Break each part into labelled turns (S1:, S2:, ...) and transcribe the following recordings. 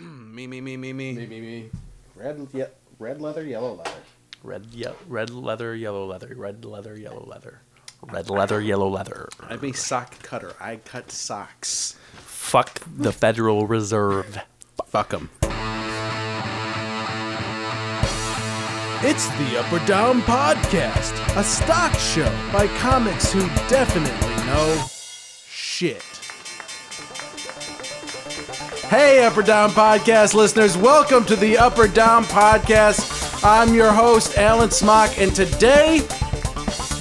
S1: Me, me, me, me, me.
S2: Maybe, maybe red, ye- red leather, yellow leather.
S1: Red, ye- red leather, yellow leather. Red leather, yellow leather. Red leather, yellow leather.
S2: I'm a sock cutter. I cut socks.
S1: Fuck the Federal Reserve.
S2: Fuck them. It's the Up or Down Podcast, a stock show by comics who definitely know shit. Hey, Up or Down Podcast listeners, welcome to the Up or Down Podcast. I'm your host, Alan Smock, and today,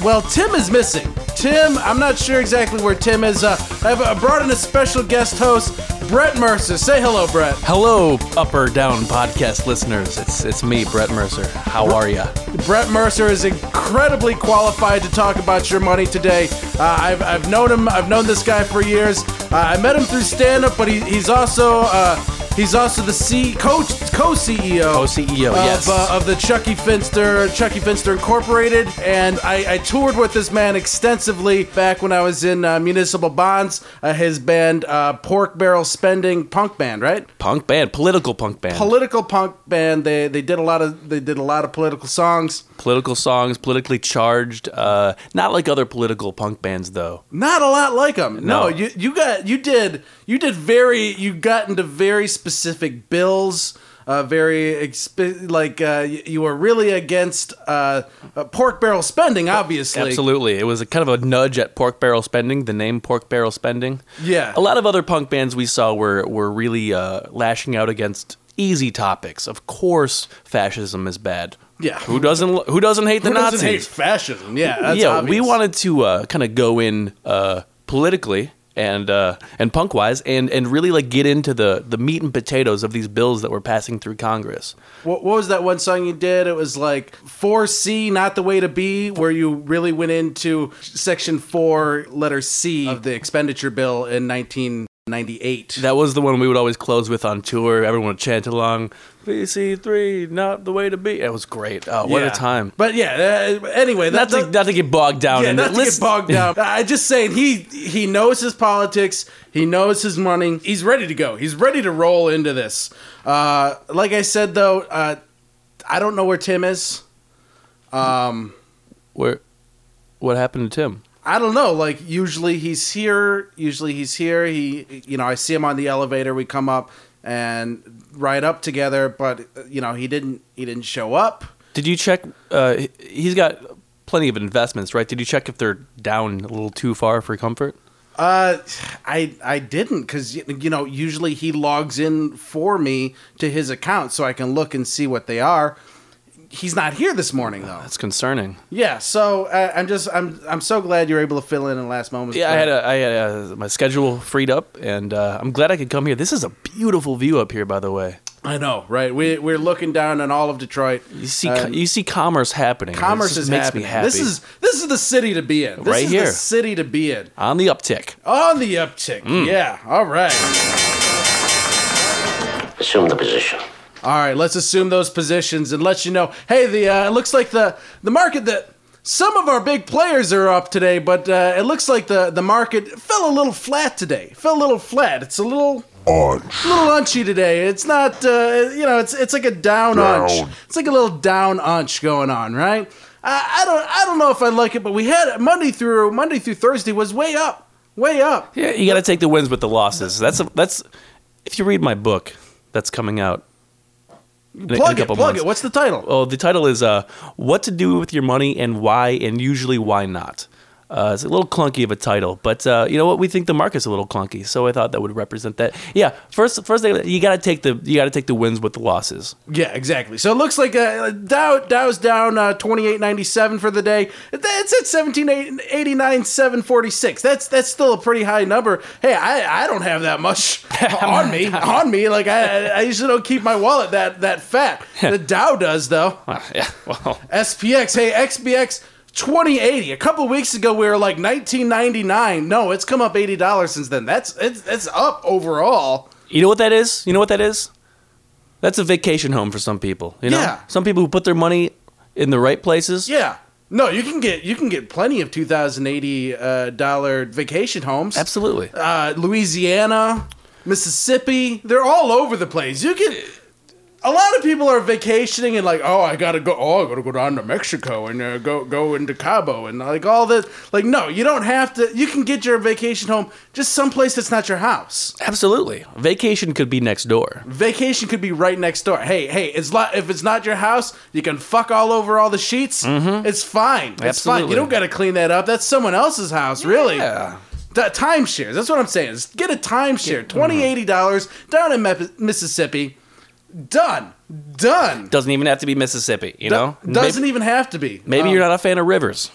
S2: well, Tim is missing. Tim, I'm not sure exactly where Tim is. Uh, I've uh, brought in a special guest host, Brett Mercer. Say hello, Brett.
S1: Hello, up or down podcast listeners. It's it's me, Brett Mercer. How are ya?
S2: Brett Mercer is incredibly qualified to talk about your money today. Uh, I've, I've known him. I've known this guy for years. Uh, I met him through stand-up, but he, he's also uh, he's also the C, co co CEO
S1: CEO,
S2: of,
S1: E yes.
S2: uh, of the Chucky Finster Chucky Finster Incorporated, and I, I toured with this man extensively back when I was in uh, Municipal Bonds. Uh, his band, uh, Pork Barrel Spending Punk Band, right?
S1: punk band, political punk band.
S2: Political punk band. They they did a lot of they did a lot of political songs.
S1: political songs, politically charged. Uh, not like other political punk bands, though.
S2: Not a lot like them. No,
S1: No.
S2: you you got you did you did very you got into very specific bills. Uh, very exp- like uh, y- you were really against uh, uh, pork barrel spending, obviously.
S1: Absolutely. It was a kind of a nudge at Pork Barrel Spending, the name Pork Barrel Spending.
S2: Yeah.
S1: A lot of other punk bands we saw were, were really uh, lashing out against easy topics. Of course, fascism is bad.
S2: Yeah.
S1: Who doesn't lo- who doesn't hate the
S2: Who
S1: Nazis?
S2: doesn't hate fascism? Yeah, that's
S1: yeah, we
S2: obvious.
S1: wanted to uh, kind of go in uh, politically and uh, and punk wise, and and really like get into the the meat and potatoes of these bills that were passing through Congress.
S2: What, what was that one song you did? It was like 4C, not the way to be, where you really went into section 4, letter C of the expenditure bill in 1998.
S1: That was the one we would always close with on tour. Everyone would chant along, "VC three, not the way to be." It was great. Oh, what
S2: Yeah.
S1: a time!
S2: But yeah, uh, anyway,
S1: Not
S2: that,
S1: to,
S2: that,
S1: not to get bogged down.
S2: yeah,
S1: in
S2: not
S1: it.
S2: to get
S1: Let's-
S2: bogged down. I just saying he he knows his politics, he knows his money. He's ready to go. He's ready to roll into this. Uh, like I said though, uh, I don't know where Tim is.
S1: Where, what happened to Tim?
S2: I don't know. Like usually he's here. Usually he's here. He, you know, I see him on the elevator. We come up and ride up together. But uh, you know, he didn't. He didn't show up.
S1: Did you check? Uh, he- he's got plenty of investments, right? Did you check if they're down a little too far for comfort?
S2: Uh, I I didn't because you know usually he logs in for me to his account so I can look and see what they are. He's not here this morning though.
S1: That's concerning.
S2: Yeah, so uh, I'm just I'm I'm so glad you're able to fill in in the last moments.
S1: Yeah, I had a, I had a, my schedule freed up, and uh, I'm glad I could come here. This is a beautiful view up here, by the way.
S2: I know, right? We we're looking down on all of Detroit.
S1: You see,
S2: Um,
S1: you see commerce happening.
S2: Commerce is
S1: makes
S2: happening.
S1: Me happy.
S2: This is this is the city to be in. This
S1: Right
S2: is
S1: here.
S2: the city to be in.
S1: on the uptick.
S2: On the uptick.
S1: Mm.
S2: Yeah. All right.
S3: Assume the position.
S2: All right. Let's assume those positions and let you know. Hey, the uh, it looks like the the market that some of our big players are up today, but uh, it looks like the the market fell a little flat today. Fell a little flat. It's a little. Little unchy today. It's not, uh, you know, it's it's like a down, unch. It's like a little down unch going on, right? I, I don't I don't know if I like it, but we had Monday through Monday through Thursday was way up, way up.
S1: Yeah, you got to take the wins with the losses. That's a, that's. If you read my book, that's coming out. in a- in a
S2: plug it,
S1: couple
S2: plug
S1: months.
S2: it. What's the title?
S1: Oh, the title is uh, "What to Do with Your Money and Why, and Usually Why Not." Uh, it's a little clunky of a title, but uh, you know what? We think the market's a little clunky, so I thought that would represent that. Yeah, first, first thing you got to take the you got to take the wins with the losses.
S2: Yeah, exactly. So it looks like uh, Dow Dow's down uh, twenty eight ninety seven for the day. That's at seventeen eighty nine seven forty six. That's that's still a pretty high number. Hey, I, I don't have that much on me on me. Like I I usually don't keep my wallet that that fat. The Dow does though.
S1: yeah, well,
S2: SPX. Hey, XBX 2080. A couple weeks ago, we were like 1999. No, it's come up eighty dollars since then. That's it's it's up overall.
S1: you know what that is? You know what that is? That's a vacation home for some people. You know,
S2: Yeah.
S1: some people who put their money in the right places.
S2: Yeah. No, you can get you can get plenty of 2080 uh, dollar vacation homes.
S1: absolutely.
S2: Uh, Louisiana. Mississippi. They're all over the place. You can. A lot of people are vacationing and like, oh, I gotta go. Oh, I gotta go down to Mexico and uh, go go into Cabo and like all this. Like, no, you don't have to. You can get your vacation home just someplace that's not your house.
S1: Absolutely. Vacation could be next door.
S2: Vacation could be right next door. Hey, hey, it's lo- if it's not your house, you can fuck all over all the sheets. Mm-hmm. It's fine. It's fine.
S1: Absolutely.
S2: You don't gotta clean that up. That's someone else's house, really.
S1: Yeah.
S2: T- timeshares. That's what I'm saying. Is get a timeshare. Twenty
S1: mm-hmm.
S2: eighty dollars down in Me- Mississippi. Done. Done.
S1: Doesn't even have to be Mississippi, you know?
S2: Doesn't
S1: maybe,
S2: even um, have to be. Uh,
S1: maybe you're not a fan of rivers.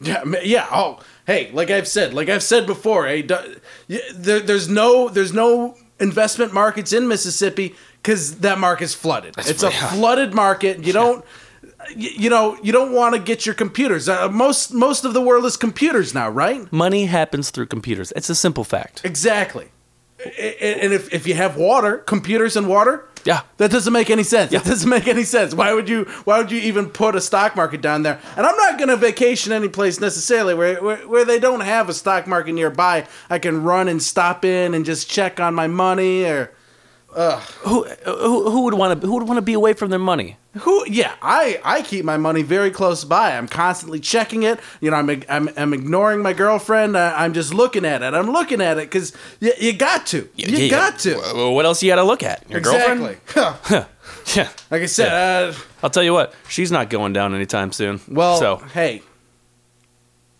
S2: Yeah. ma- Yeah. Oh. Hey. Like I've said. Like I've said before. Hey. do- y- there, there's no. There's no investment markets in Mississippi because that market's flooded. it's a
S1: yeah.
S2: flooded market. You don't. y- You know, you don't want to get your computers. Uh, most most of the world is computers now, right?
S1: Money happens through computers. It's a simple fact.
S2: Exactly. A- a- And if, if you have water, computers and water,
S1: Yeah.
S2: that doesn't make any sense. It doesn't make any sense. Why would you Why would you even put a stock market down there? And I'm not going to vacation any place necessarily where, where where they don't have a stock market nearby. I can run and stop in and just check on my money or
S1: Who who, who would want to who would want to be away from their money?
S2: who? Yeah, I I keep my money very close by. I'm constantly checking it. You know, I'm ig- I'm, I'm ignoring my girlfriend. I, I'm just looking at it. I'm looking at it because y- you got to. You
S1: Yeah,
S2: got to.
S1: Well, Uh, What else you got to look at? Your
S2: Exactly. Huh.
S1: girlfriend? Yeah.
S2: Like I said, uh,
S1: I'll tell you what, she's not going down anytime soon.
S2: well,
S1: so
S2: hey,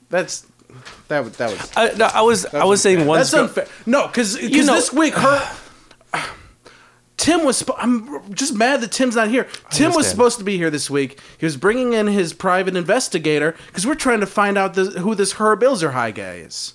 S2: that's that. Was, that was.
S1: I, no, I was I was saying one.
S2: That's
S1: scr-
S2: unfair. No, because
S1: know-
S2: this week her. Tim was. sp- I'm just mad that Tim's not here. Tim was
S1: understand.
S2: supposed to be here this week. He was bringing in his private investigator because we're trying to find out this, who this Herb Ilzerhai guy is.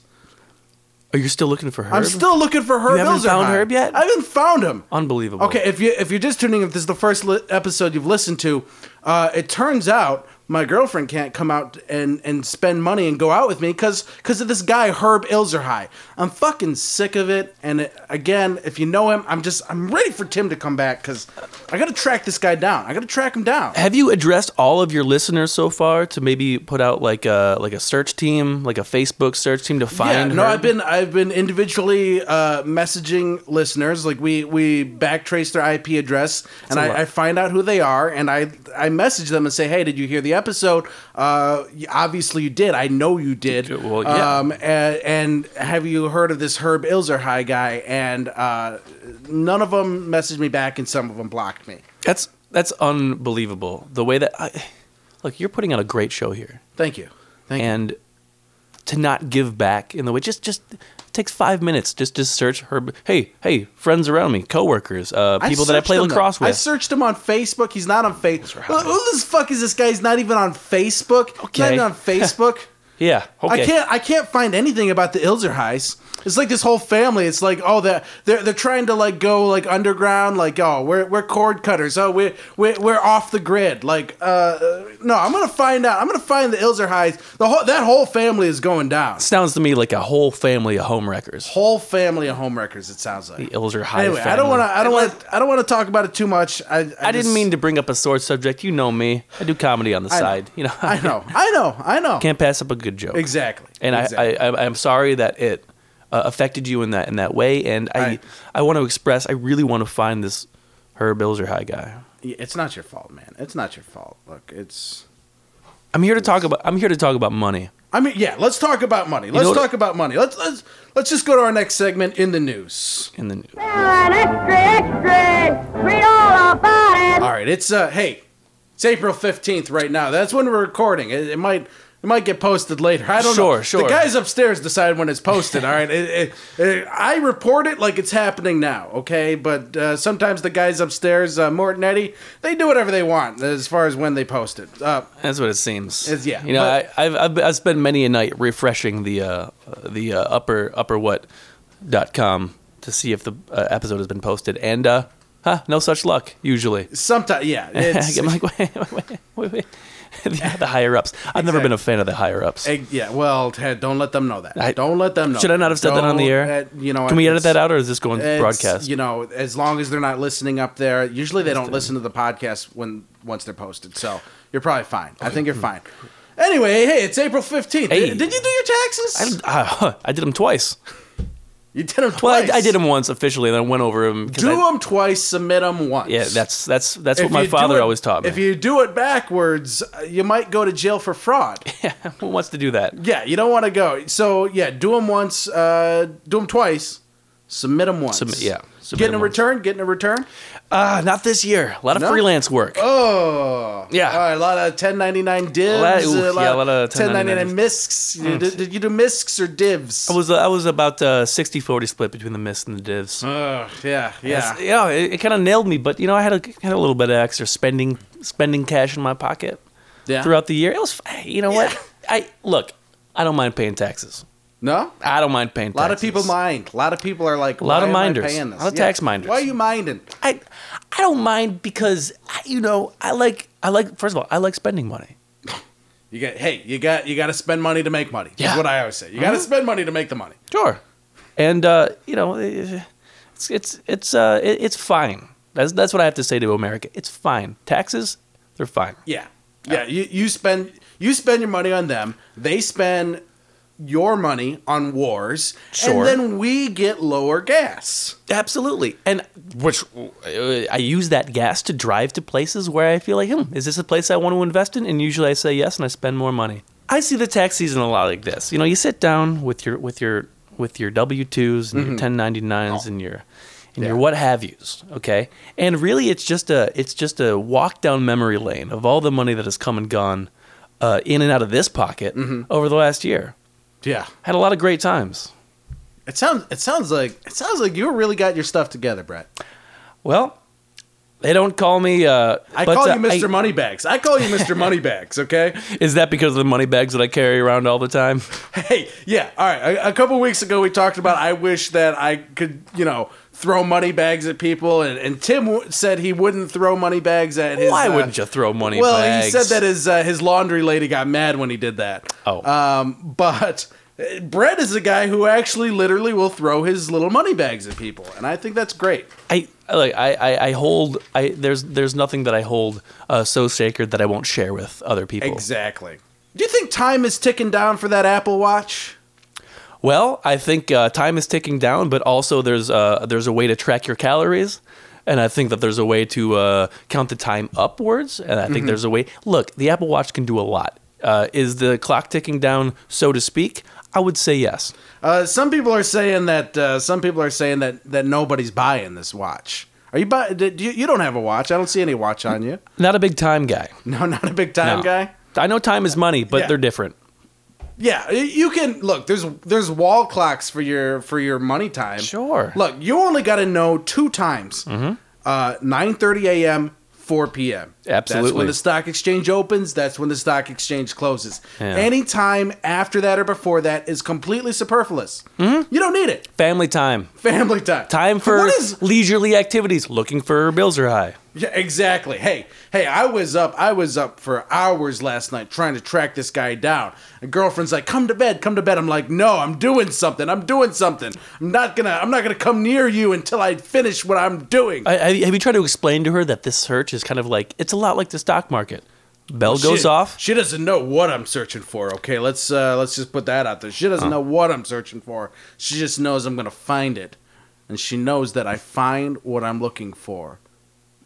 S1: Are you still looking for Herb?
S2: I'm still looking for Herb.
S1: haven't
S2: Ilzerhai.
S1: found Herb yet?
S2: I haven't found him.
S1: unbelievable.
S2: Okay, if you if you're just tuning in, if this is the first li- episode you've listened to, uh, it turns out my girlfriend can't come out and and spend money and go out with me because of this guy Herb Ilzerhai. I'm fucking sick of it. And it, again, if you know him, I'm just I'm ready for Tim to come back because I gotta track this guy down. I gotta track him down.
S1: Have you addressed all of your listeners so far to maybe put out like a like a search team, like a Facebook search team to find?
S2: yeah, no,
S1: Herb?
S2: I've been I've been individually uh, messaging listeners. Like we we backtrace their IP address, and
S1: a lot.
S2: I, I find out who they are, and I I message them and say, hey, did you hear the episode? Uh, y- obviously, you did. I know you did.
S1: did. Well, yeah.
S2: Um, a- and, have you heard of this Herb Ilzerhai guy? And uh, none of them messaged me back, and some of them blocked me.
S1: That's that's unbelievable. The way that I look, you're putting on a great show here,
S2: Thank you. Thank you.
S1: and to not give back in the way just just it takes five minutes just to search Herb. Hey, hey, friends around me, coworkers, uh, people that I
S2: searched
S1: play
S2: him, though.
S1: lacrosse
S2: I
S1: with.
S2: searched him on Facebook. He's not on Facebook. Who the fuck is this guy? He's not even on Facebook. He's
S1: Okay.
S2: Not even on Facebook.
S1: yeah, okay.
S2: I can't. I can't find anything about the Ilzerheis. It's like this whole family. It's like oh, they're they're, they're trying to like go like underground. Like oh, we're we're cord cutters. Oh, we're we're, we're off the grid. Like uh, no, I'm gonna find out. I'm gonna find the Ilzerheis. The whole that whole family is going down.
S1: Sounds to me like a whole family of homewreckers.
S2: Whole family of homewreckers. It sounds like.
S1: Ills are high.
S2: Anyway, I don't want to. I don't want. to. I don't want to talk about it too much. I, I,
S1: I didn't mean to bring up a sore subject. You know me. I do comedy on the
S2: know.
S1: side. You know,
S2: I know. I know. I know.
S1: can't pass up a good joke.
S2: exactly.
S1: And I,
S2: exactly.
S1: I, I, I'm sorry that it uh, affected you in that in that way. And I,
S2: I-
S1: I, want to express. I really want to find this Herb Ilzerhai guy.
S2: Yeah, it's not your fault, man. It's not your fault. Look, it's.
S1: I'm here to talk about. I'm here to talk about money.
S2: I mean, yeah. Let's talk about money. Let's
S1: know what-
S2: talk about money. Let's let's let's just go to our next segment in the news.
S1: In the
S3: An extra, extra, read all about it.
S2: All right. It's uh. Hey, it's April fifteenth right now. That's when we're recording. It, it might. It might get posted later. I don't know.
S1: Sure, sure.
S2: The guys upstairs decide when it's posted. All right. It- it- it- I report it like it's happening now. Okay, but uh, sometimes the guys upstairs, uh, Mort and Eddie, they do whatever they want as far as when they post it. Uh,
S1: that's what it seems.
S2: It's- yeah,
S1: You know,
S2: but-
S1: I, I've, I've I've spent many a night refreshing the uh, uh, the uh, upper upper what dot com to see if the uh, episode has been posted, and uh, huh, no such luck usually.
S2: Sometimes, yeah. It's,
S1: I'm like, wait, wait, wait, wait. the, the higher ups. I've never been a fan of the higher ups.
S2: eh, yeah, well, Ted, don't let them know that.
S1: I-
S2: don't let them know.
S1: Should I not have said that on the
S2: Don't,
S1: air?
S2: eh, you know,
S1: Can we edit
S2: it's-
S1: that out, or is this going
S2: it's,
S1: broadcast?
S2: You know, as long as they're not listening up there. Usually, they don't listen to the podcast when once they're posted. So you're probably fine. I think you're fine. Anyway, hey, it's April fifteenth.
S1: Hmm. Hey. uh,
S2: Did you do your taxes?
S1: I, I, huh, I did them twice.
S2: You did them twice.
S1: Well, I, I did them once officially, and I went over them.
S2: Do them twice, submit them once.
S1: Yeah, that's that's that's
S2: If
S1: what my
S2: you do
S1: father
S2: it-
S1: always taught me.
S2: If you do it backwards, uh, you might go to jail for fraud.
S1: Who wants to do that?
S2: yeah, you don't want to go. So yeah, do them once, uh, do them twice, submit them once.
S1: Submit- yeah, submit
S2: getting a
S1: 'em once.
S2: return, getting a return.
S1: Ah, not this year. A lot of
S2: No?
S1: freelance work.
S2: Oh,
S1: Yeah.
S2: All right, a lot of 1099 divs,
S1: A lot- oof,
S2: a, lot
S1: yeah, a lot
S2: of
S1: of Mm.
S2: 1099
S1: 1099
S2: miscs. You Did, did you do miscs or divs?
S1: I was I was about uh, 60-40 split between the miss and the divs.
S2: Ugh, yeah, Oh, yeah.
S1: That's- yeah, it, it kind of nailed me, but you know, I had a had a little bit of extra spending spending cash in my pocket
S2: yeah.
S1: throughout the year. It was, f- you know what? I look, I don't mind paying taxes.
S2: No,
S1: I don't mind paying.
S2: a lot
S1: taxes.
S2: of people mind. A lot of people are like, a
S1: lot of minders.
S2: Paying this?
S1: A lot of tax minders.
S2: Why are you minding?
S1: I I don't mind because I, you know I like I like first of all I like spending money.
S2: You got hey, you got you got to spend money to make money. That's
S1: Yeah. Mm-hmm.
S2: what I always say. You got to spend money to make the money.
S1: Sure, and uh, you know eh, it's it's it's uh, it, it's fine. That's that's what I have to say to America. It's fine. Taxes, they're fine.
S2: Yeah, yeah. You you spend you spend your money on them. They spend your money on wars,
S1: Sure.
S2: and then we get lower gas.
S1: Absolutely, and which uh, I use that gas to drive to places where I feel like, hmm, is this a place I want to invest in? And usually I say yes, and I spend more money. I see the tax season a lot like this. You know, you sit down with your with your with your W twos and your ten ninety nines and your and your
S2: Yeah.
S1: what have yous. Okay, and really, it's just a it's just a walk down memory lane of all the money that has come and gone uh, in and out of this pocket over the last year.
S2: Yeah,
S1: Had a lot of great times.
S2: it sounds it sounds like it sounds like you really got your stuff together, Brett.
S1: Well. They don't call me. Uh,
S2: I
S1: but,
S2: call
S1: uh,
S2: you Mr.
S1: I-
S2: Moneybags. I call you Mr. Moneybags. Okay.
S1: Is that because of the money bags that I carry around all the time?
S2: Hey, yeah. All right. A, a couple weeks ago, we talked about I wish that I could, you know, throw money bags at people, and, and Tim w- said he wouldn't throw money bags at his.
S1: Why
S2: uh,
S1: wouldn't you throw money
S2: well,
S1: bags?
S2: he said that his uh, his laundry lady got mad when he did that.
S1: Oh.
S2: um, but uh, Brett is a guy who actually literally will throw his little money bags at people, and I think that's great.
S1: I like I, I, I hold I there's there's nothing that I hold uh, so sacred that I won't share with other people.
S2: Exactly. Do you think time is ticking down for that Apple Watch?
S1: Well, I think uh, time is ticking down, but also there's uh, there's a way to track your calories, and I think that there's a way to uh, count the time upwards, and I
S2: Mm-hmm.
S1: think there's a way. Look, the Apple Watch can do a lot. Uh, is the clock ticking down, so to speak? I would say yes.
S2: Uh, some people are saying that uh, some people are saying that that nobody's buying this watch. Are you buy? Do you, you don't have a watch? I don't see any watch on you.
S1: Not a big time guy.
S2: No, not a big time
S1: No.
S2: guy.
S1: I know time is money, but
S2: Yeah.
S1: they're different.
S2: Yeah, y- you can look. There's there's wall clocks for your for your money time.
S1: Sure. Mm-hmm.
S2: Look, you only got to know two times. Uh, nine thirty a.m. 4 p.m. That's when
S1: Absolutely.
S2: the stock exchange opens. That's when the stock exchange closes.
S1: Yeah.
S2: Any time after that or before that is completely superfluous. You don't need it.
S1: Family time.
S2: Family time.
S1: Mm-hmm. Time for
S2: what is
S1: leisurely activities. Looking for bills are high.
S2: Yeah, exactly. Hey, hey, I was up. I was up for hours last night trying to track this guy down. And girlfriend's like, "Come to bed, come to bed." I'm like, "No, I'm doing something. I'm doing something. I'm not gonna. I'm not gonna come near you until I finish what I'm doing."
S1: I, I, have you tried to explain to her that this search is kind of like it's a lot like the stock market? Bell goes
S2: she,
S1: off.
S2: She doesn't know what I'm searching for. Okay, let's uh, let's just put that out there. She
S1: Oh.
S2: doesn't know what I'm searching for. She just knows I'm gonna find it, and she knows that I find what I'm looking for.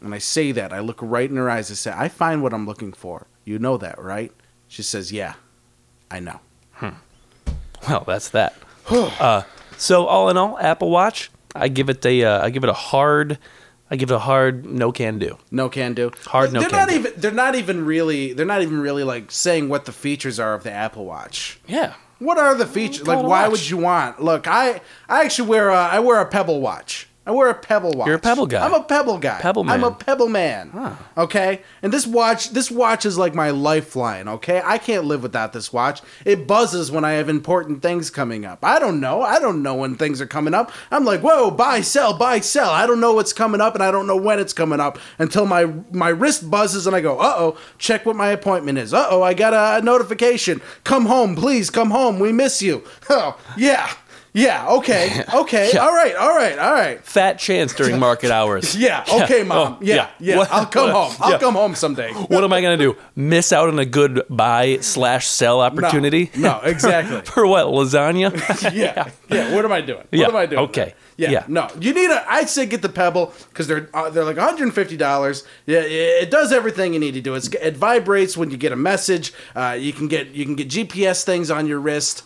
S2: And I say that I look right in her eyes. I say, I find what I'm looking for. You know that, right? She says, Yeah, I know.
S1: Well, that's that. uh, so all in all, Apple Watch. I give it a. Uh, I give it a hard. I give it a hard no can do.
S2: No can do.
S1: Hard no
S2: They're
S1: can
S2: not
S1: do.
S2: even. They're not even really. They're not even really like saying what the features are of the Apple Watch.
S1: Yeah.
S2: What are the features? Like,
S1: Call it a
S2: why
S1: Mm, watch.
S2: would you want? Look, I I actually wear a, I wear a Pebble watch. I wear a Pebble watch.
S1: You're a Pebble guy.
S2: I'm a Pebble guy.
S1: Pebble
S2: I'm a
S1: man.
S2: Pebble man. Okay, and this watch this watch is like my lifeline. Okay, I can't live without this watch. It buzzes when I have important things coming up. I don't know. I don't know when things are coming up. I'm like, whoa, buy, sell, buy, sell. I don't know what's coming up, and I don't know when it's coming up until my my wrist buzzes and I go, uh oh, check what my appointment is. Uh oh, I got a, a notification. Come home, please. Come home. We miss you. Oh yeah. Yeah. Okay. Okay. All right. All right. All right.
S1: Fat chance during market hours.
S2: Yeah. Okay, mom.
S1: Oh,
S2: yeah. Yeah.
S1: What-
S2: I'll come
S1: what-
S2: home. I'll
S1: yeah.
S2: come home someday.
S1: What am I gonna do? Miss out on a good buy slash sell
S2: No,
S1: opportunity?
S2: No. Exactly.
S1: For what? Lasagna?
S2: yeah. Yeah. What am I doing? What
S1: Yeah,
S2: am I doing?
S1: okay.
S2: Yeah.
S1: Yeah.
S2: No. You need a. I'd say get the Pebble because they're uh, they're like 150 dollars. Yeah. It it does everything you need to do. It's, it vibrates when you get a message. Uh, you can get you can get GPS things on your wrist.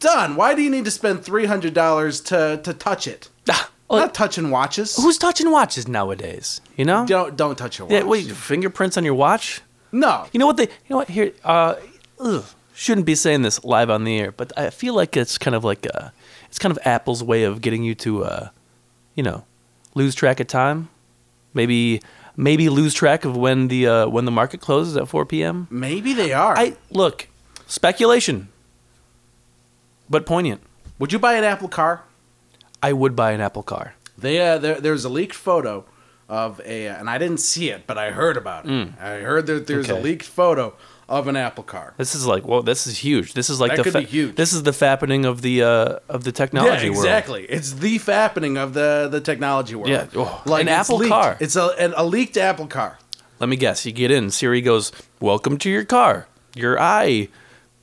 S2: Done. Why do you need to spend 300 dollars to to touch it?
S1: Ah, like,
S2: Not touching watches.
S1: who's touching watches nowadays? You know?
S2: don't don't touch your watch.
S1: yeah, wait, fingerprints on your watch?
S2: No.
S1: You know what they? You know what? Here, uh, ugh, shouldn't be saying this live on the air, but I feel like it's kind of like uh, it's kind of Apple's way of getting you to, uh, you know, lose track of time. Maybe, maybe lose track of when the uh, when the market closes at 4 p.m.
S2: Maybe they are.
S1: I look, speculation, but poignant.
S2: Would you buy an Apple car?
S1: I would buy an Apple car.
S2: They uh, there, there's a leaked photo of a, and I didn't see it, but I heard about it. I heard that there's a
S1: Mm. Okay.
S2: leaked photo of an Apple car.
S1: This is like, whoa, this is huge. This is like
S2: That
S1: the
S2: could be huge.
S1: This is the fappening of the uh, of the technology
S2: yeah,
S1: world.
S2: exactly. It's the fappening of the the technology world.
S1: Yeah, oh, an
S2: it's
S1: Apple
S2: leaked.
S1: car.
S2: It's a an, a leaked Apple car.
S1: Let me guess. You get in. Siri goes, "Welcome to your car. Your eye."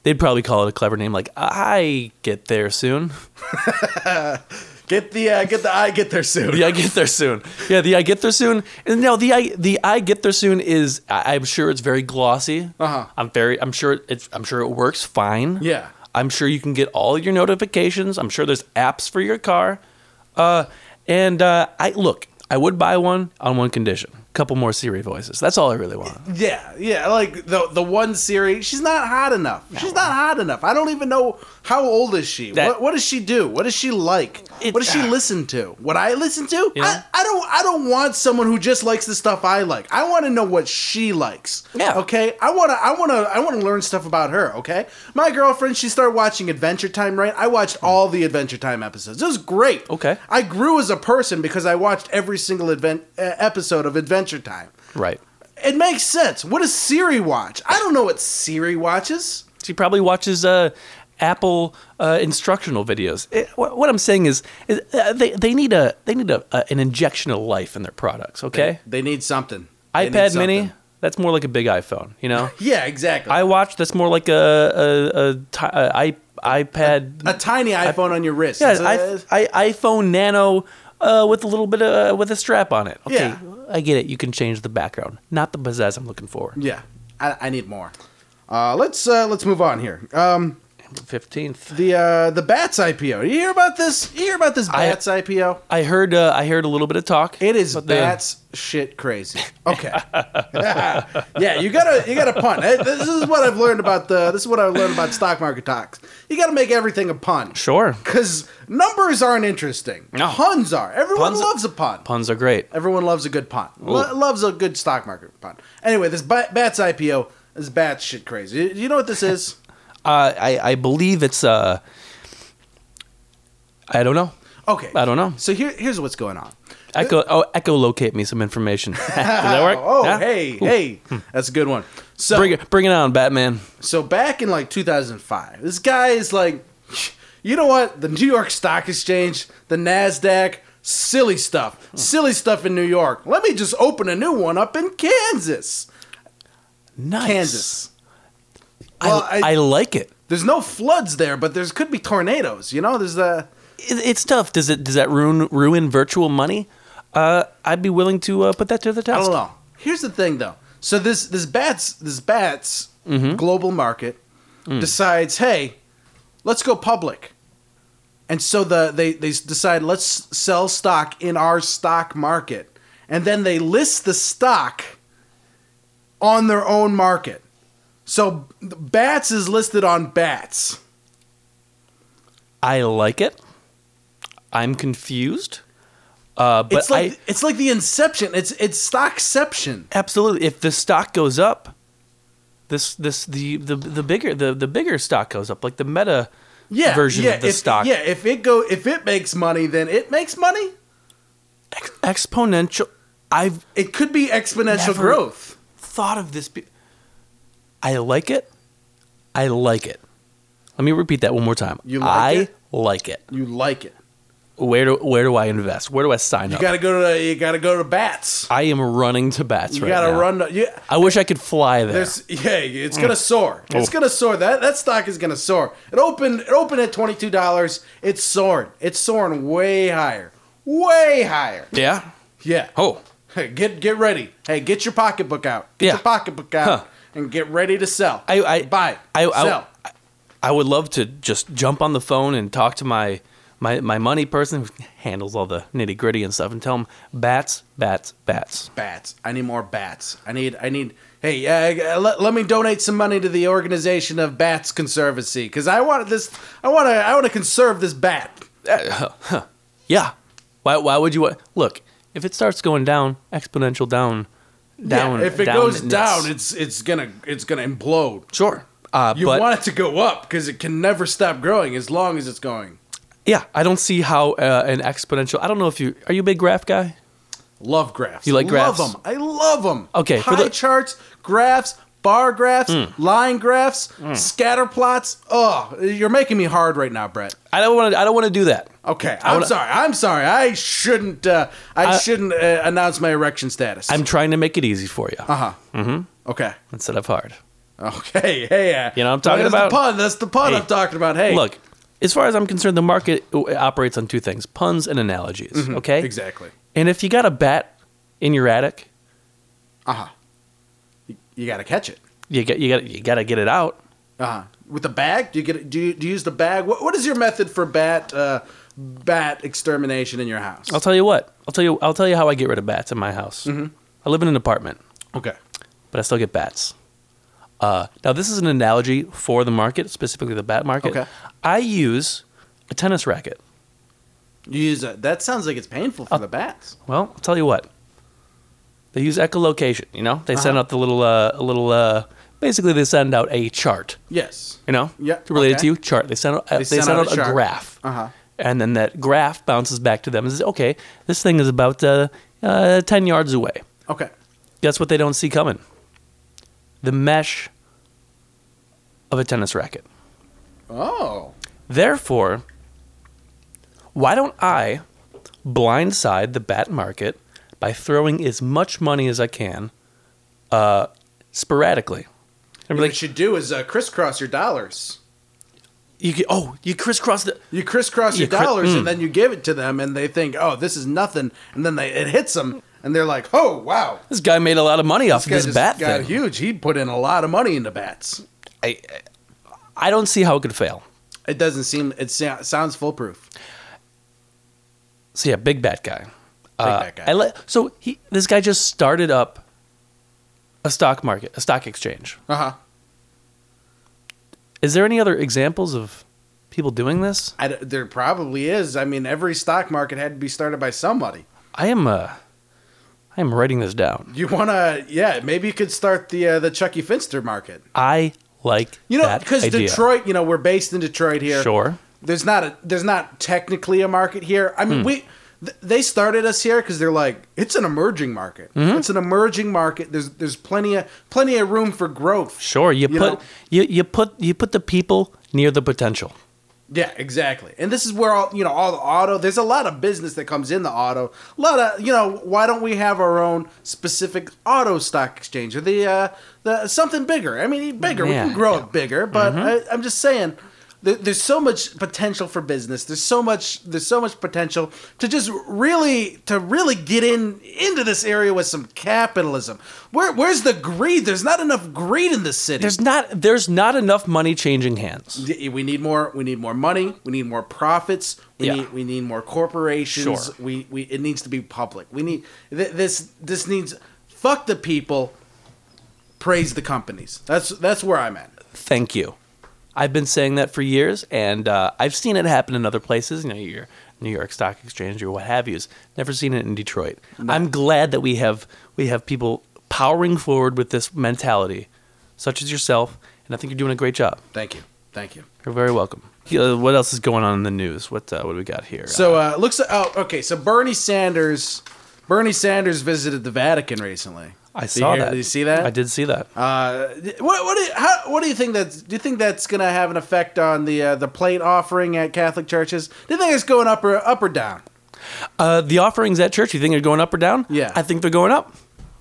S1: They'd probably call it a clever name, like "I get there soon."
S2: Get the uh, get the I get there soon.
S1: The "I get there soon." Yeah, the "I get there soon." And no, the "I the I get there soon" is I, I'm sure it's very glossy.
S2: Uh-huh.
S1: I'm very. I'm sure it's. I'm sure it works fine.
S2: Yeah.
S1: I'm sure you can get all your notifications. I'm sure there's apps for your car. Uh, and uh, I look. I would buy one on one condition: couple more Siri voices. That's all I really want.
S2: Yeah, yeah, like the the one Siri, she's not hot enough. She's not hot enough. I don't even know how old is she.
S1: That-
S2: what, what does she do? What does she like?
S1: It- uh,
S2: what does she listen to? What I listen to?
S1: You know?
S2: I, I don't I don't want someone who just likes the stuff I like. I want to know what she likes.
S1: Yeah.
S2: Okay. I wanna I wanna I wanna learn stuff about her. Okay. My girlfriend, she started watching Adventure Time. Right. I watched all the Adventure Time episodes. It was great.
S1: Hmm. Okay.
S2: I grew as a person because I watched every single advent uh, episode of Adventure Time.
S1: Right.
S2: It makes sense. What does Siri watch? I don't know what Siri watches.
S1: She probably watches uh, Apple uh, instructional videos. Eh, wh- what I'm saying is, is uh, they, they need a they need a, a, an injection of life in their products. Okay,
S2: They need something. They need
S1: iPad Mini,
S2: something.
S1: that's more like a big iPhone. You know,
S2: Yeah, exactly. A
S1: iWatch, that's more like a a, a, ti- a i iPad.
S2: tiny iPhone on your wrist.
S1: yeah,
S2: It's uh, a-
S1: I, I, iPhone Nano uh, with a little bit of, with a strap on it. Okay,
S2: Yeah.
S1: I get it. You can change the background, not the pizzazz I'm looking for.
S2: yeah. I, I need more. Uh, let's uh, let's move on here. Um,
S1: Fifteenth.
S2: the uh, the Bats IPO. You hear about this? You hear about this
S1: I-
S2: Bats IPO?
S1: I heard uh, I heard a little bit of talk. uh,
S2: It is
S1: about the-
S2: bats shit crazy. Okay. yeah, you gotta you gotta pun. Eh, This is what I've learned about the. This is what I've learned about stock market talks. You gotta make everything a pun.
S1: Sure.
S2: Because numbers aren't interesting.
S1: No.
S2: Puns are. Everyone
S1: Puns-
S2: loves a pun.
S1: Puns are great.
S2: Everyone loves a good pun. Lo- loves a good stock market pun. Anyway, this ba- Bats IPO is Bats shit crazy. You- You know what this is?
S1: Uh, I I believe it's uh. I don't know.
S2: Okay.
S1: I don't know.
S2: So here, here's what's going on.
S1: Echo oh echolocate me some information. Does that work?
S2: Oh, oh,
S1: Yeah?
S2: hey,
S1: Ooh. Hmm.
S2: hey. That's a good one. So
S1: Bring it bring it on, Batman.
S2: So back in like 2005, this guy is like, you know what? The New York Stock Exchange, the Nasdaq, silly stuff,
S1: Hmm.
S2: silly stuff in New York. Let me just open a new one up in Kansas,
S1: Nice.
S2: Kansas.
S1: I,
S2: Well,
S1: I,
S2: I-
S1: like it.
S2: There's no floods there, but there's could be tornadoes. You know, there's the
S1: it. It's tough. Does it does that ruin ruin virtual money? Uh, I'd be willing to uh, put that to the test.
S2: I don't know. Here's the thing though. So this this bats this bats
S1: Mm-hmm.
S2: global market
S1: Mm.
S2: decides, hey, let's go public. And so the they they s- decide let's sell stock in our stock market. And then they list the stock on their own market. So bats is listed on bats.
S1: I like it. I'm confused. Uh, but
S2: It's like
S1: I
S2: it's like the inception. It's it's stockception.
S1: absolutely if the stock goes up, this this the the, the bigger the, the bigger stock goes up, like the meta
S2: Yeah,
S1: version
S2: yeah,
S1: of the
S2: if,
S1: stock.
S2: Yeah, if it go if it makes money, then it makes money.
S1: Ex- exponential. I've
S2: It could be exponential
S1: Never-
S2: growth.
S1: thought of this. Be- I like it. I like it. Let me repeat that one more time.
S2: You like
S1: I
S2: it?
S1: like it.
S2: You like it.
S1: Where do where do I invest? Where do I sign
S2: You
S1: up?
S2: gotta go to you gotta go to bats.
S1: I am running to bats
S2: You
S1: right
S2: gotta
S1: now.
S2: run. To, you,
S1: I wish I could fly there.
S2: There's yeah, it's
S1: Mm.
S2: gonna soar.
S1: Oh.
S2: It's gonna soar. That that stock is gonna soar. It opened it opened at twenty two dollars. It's soaring. It's soaring way higher. Way higher.
S1: yeah.
S2: Yeah.
S1: Oh.
S2: Hey, get get ready. Hey, get your pocketbook out. Get
S1: Yeah.
S2: your pocketbook out
S1: Huh.
S2: and get ready to sell.
S1: I- I-
S2: buy.
S1: I, I-
S2: sell.
S1: I, I would love to just jump on the phone and talk to my my, my money person who handles all the nitty gritty and stuff and tell them bats, bats, bats.
S2: bats. I need more bats. I need I need. Hey, uh, let, let me donate some money to the organization of Bats Conservancy because I want this. I want to. I want to conserve this bat.
S1: Yeah. Why, why would you want? Look, if it starts going down, exponential down, down.
S2: Yeah, if it
S1: down,
S2: goes
S1: it's-
S2: down, it's it's gonna it's gonna implode.
S1: sure. Uh,
S2: You
S1: but
S2: want it to go up because it can never stop growing as long as it's going.
S1: yeah, I don't see how uh, an exponential. I don't know if you are you a big graph guy.
S2: Love graphs.
S1: You like graphs?
S2: Love them. I love them.
S1: Okay, for
S2: Pie
S1: the- Hmm.
S2: charts, graphs, bar graphs, line graphs, scatter plots. Oh, you're making me hard right now, Brett.
S1: I don't want to. I don't want to do that.
S2: Okay,
S1: I
S2: I'm
S1: wanna-
S2: sorry. I'm sorry. I shouldn't. Uh, I, shouldn't uh, announce my erection status.
S1: I'm trying to make it easy for you
S2: Uh huh. Mm-hmm. Okay.
S1: instead of hard.
S2: Okay. Hey. Uh,
S1: You know what I'm talking
S2: that's
S1: about?
S2: the pun. That's the pun
S1: Hey.
S2: I'm talking about. Hey.
S1: Look, as far as I'm concerned, the market uh, operates on two things: puns and analogies.
S2: Mm-hmm.
S1: Okay.
S2: Exactly.
S1: And if you got a bat in your attic,
S2: Uh huh. You, you got to catch it.
S1: you get you got you got to get it out.
S2: Uh huh. With the bag, do you get? Do you, do you use the bag? What, what is your method for bat uh, bat extermination in your house?
S1: I'll tell you what. I'll tell you. I'll tell you how I get rid of bats in my house.
S2: Mm-hmm.
S1: I live in an apartment,
S2: okay.
S1: but I still get bats. Uh, now this is an analogy for the market, specifically the bat market.
S2: Okay.
S1: I use a tennis racket.
S2: You use a, that sounds like it's painful for the bats.
S1: Well, I'll tell you what. They use echolocation. You know, they
S2: Uh-huh.
S1: send out the little uh, a little. Uh, basically, they send out a chart.
S2: Yes.
S1: You know,
S2: Yeah,
S1: to relate it
S2: okay.
S1: to you, chart. They send out, they
S2: send
S1: send
S2: out
S1: out,
S2: a
S1: a,
S2: chart.
S1: graph,
S2: Uh-huh.
S1: and then that graph bounces back to them and says, "Okay, this thing is about uh, uh, ten yards away."
S2: Okay.
S1: Guess what they don't see coming? The mesh of a tennis racket.
S2: Oh.
S1: Therefore, why don't I blindside the bat market by throwing as much money as I can uh, sporadically? And be
S2: What you
S1: like,
S2: should do is uh, crisscross your dollars.
S1: you can, oh, you crisscross the.
S2: You crisscross your
S1: You cri-
S2: dollars
S1: mm.
S2: and then you give it to them, and they think, "Oh, this is nothing," and then they it hits them, and they're like, "Oh, wow."
S1: This guy made a lot of money off of
S2: guy
S1: this
S2: just
S1: bat
S2: got
S1: thing.
S2: huge. He put in a lot of money into bats.
S1: I, I don't see how it could fail.
S2: It doesn't seem. It sa- sounds foolproof.
S1: So yeah, big bat guy. Uh,
S2: bat guy.
S1: I let so he this guy just started up a stock market, a stock exchange.
S2: Uh huh.
S1: Is there any other examples of people doing this?
S2: I d there probably is. I mean, every stock market had to be started by somebody.
S1: I am uh I am writing this down.
S2: You wanna, yeah, maybe you could start the uh, the Chucky Finster market.
S1: I like
S2: You know,
S1: that
S2: because
S1: idea.
S2: Detroit, you know, we're based in Detroit here.
S1: Sure.
S2: There's not a there's not technically a market here. I mean, we th- they started us here because they're like it's an emerging market. It's an emerging market. There's there's plenty of plenty of room for growth.
S1: Sure, you,
S2: You
S1: put
S2: know?
S1: you, you put you put the people near the potential.
S2: Yeah, exactly. And this is where all you know, all the auto. There's a lot of business that comes in the auto. A lot of you know, why don't we have our own specific auto stock exchange or the uh, the something bigger? I mean, e, bigger. we
S1: Yeah, Mm-hmm.
S2: can grow it bigger, but I, I'm just saying. there- There's so much potential for business. There's so much. There's so much potential to just really to really get in into this area with some capitalism. Where where's the greed? There's not enough greed in this city.
S1: There's not there's not enough money changing hands.
S2: D- we need more we need more money we need more profits we
S1: Yeah.
S2: need we need more corporations
S1: Sure.
S2: we, we it needs to be public we need th- this this needs fuck the people praise the companies that's that's where i'm at
S1: Thank you. I've been saying that for years, and uh, I've seen it happen in other places. You know, your New York Stock Exchange, your what have yous. Never seen it in Detroit. I'm glad that we have we have people powering forward with this mentality, such as yourself, and I think you're doing a great job.
S2: thank you thank you
S1: You're very welcome. Uh, what else is going on in the news? What uh, what do we got here?
S2: so uh looks oh okay so bernie sanders Bernie Sanders visited the Vatican recently.
S1: I
S2: Did you
S1: saw
S2: hear-
S1: that.
S2: Did you see that?
S1: I did see that.
S2: Uh, what what do you, how, what do you think that's do you think that's gonna have an effect on the uh, the plate offering at Catholic churches? Do you think it's going up or up or down?
S1: Uh, the offerings at church, you think they're going up or down?
S2: Yeah.
S1: I think they're going up.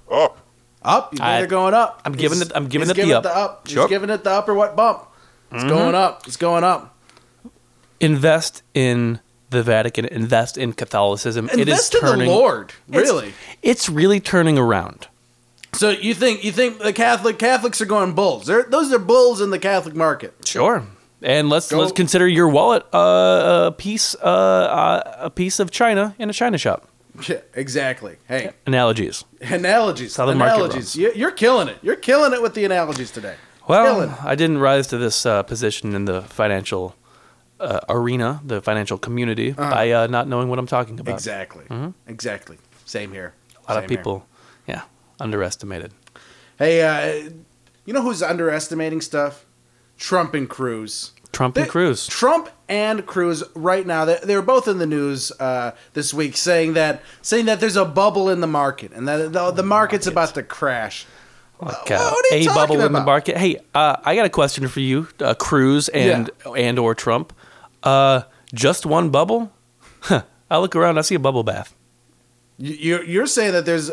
S2: Up, you think
S1: I-
S2: they're going up?
S1: I'm giving
S2: He's-
S1: it- I'm giving
S2: he's
S1: it the
S2: giving
S1: up. Mm-hmm.
S2: It the up.
S4: Sure.
S2: He's giving it the up or what bump? It's going up. It's going up.
S1: Invest in the Vatican. Invest in Catholicism. it is
S2: Invest in
S1: turning.
S2: the Lord,
S1: It's-
S2: really.
S1: it's really turning around.
S2: So you think you think the Catholic Catholics are going bulls? They're, those are bulls in the Catholic market.
S1: Sure. And let's
S2: Go-
S1: let's consider your wallet uh, a piece uh, uh, a piece of China in a China shop.
S2: Yeah, exactly. Hey,
S1: Analogies.
S2: analogies.
S1: how the market
S2: analogies.
S1: runs.
S2: You, you're killing it. You're killing it with the analogies today. Killing
S1: Well,
S2: it.
S1: I didn't rise to this uh, position in the financial uh, arena, the financial community,
S2: Uh-huh.
S1: by uh, not knowing what I'm talking about.
S2: exactly. Exactly. Same here.
S1: uh, mm-hmm. A lot
S2: Same
S1: of
S2: here.
S1: people, yeah, underestimated.
S2: Hey, uh, you know who's underestimating stuff? Trump and Cruz.
S1: Trump and
S2: They-
S1: Cruz.
S2: Trump and Cruz right now. They, they're both in the news uh, this week saying that saying that there's a bubble in the market and that the, the market's about to crash.
S1: Like,
S2: what-
S1: uh,
S2: what are you
S1: a
S2: talking
S1: bubble in the
S2: about?
S1: market. Hey, uh, I got a question for you, uh, Cruz and and or Trump. Uh, just one bubble? Huh. I look around, I see a bubble bath.
S2: You, you're, you're saying that there's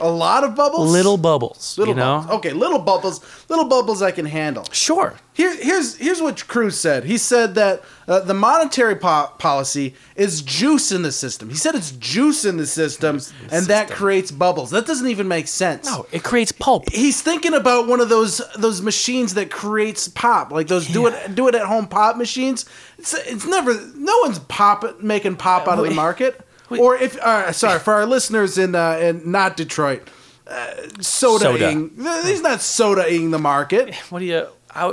S2: a lot of bubbles?
S1: Little bubbles,
S2: little
S1: you know?
S2: bubbles. Oh. Okay, little bubbles. Little bubbles I can handle.
S1: Sure.
S2: Here, here's here's what Cruz said. He said that uh, the monetary po- policy is juice in the system. He said it's juice in the system, and that creates bubbles. That doesn't even make sense.
S1: No, it creates pulp.
S2: He's thinking about one of those those machines that creates pop, like those do it do it at home pop machines. It's, it's never no one's pop making pop out of the
S1: Wait.
S2: market.
S1: Wait.
S2: Or if uh, sorry for our listeners in uh, in not Detroit, uh, soda-ing. He's not soda-ing the market.
S1: What do you I,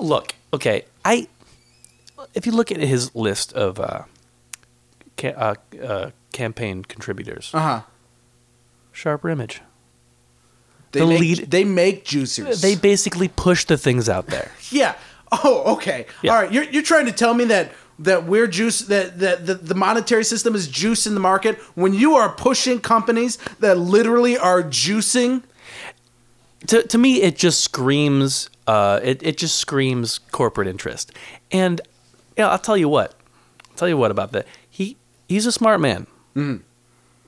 S1: look? Okay, I if you look at his list of uh, ca- uh, uh, campaign contributors,
S2: Uh huh.
S1: sharper image.
S2: They
S1: The
S2: make,
S1: lead-
S2: They make juicers.
S1: They basically push the things out there.
S2: yeah. Oh, okay.
S1: Yeah.
S2: All right. You're, you're trying to tell me that that we're juice that that the, the monetary system is juice in the market when you are pushing companies that literally are juicing.
S1: to, to me it just screams uh, it, it just screams corporate interest and you know, i'll tell you what i'll tell you what about that he he's a smart man
S2: Mm-hmm.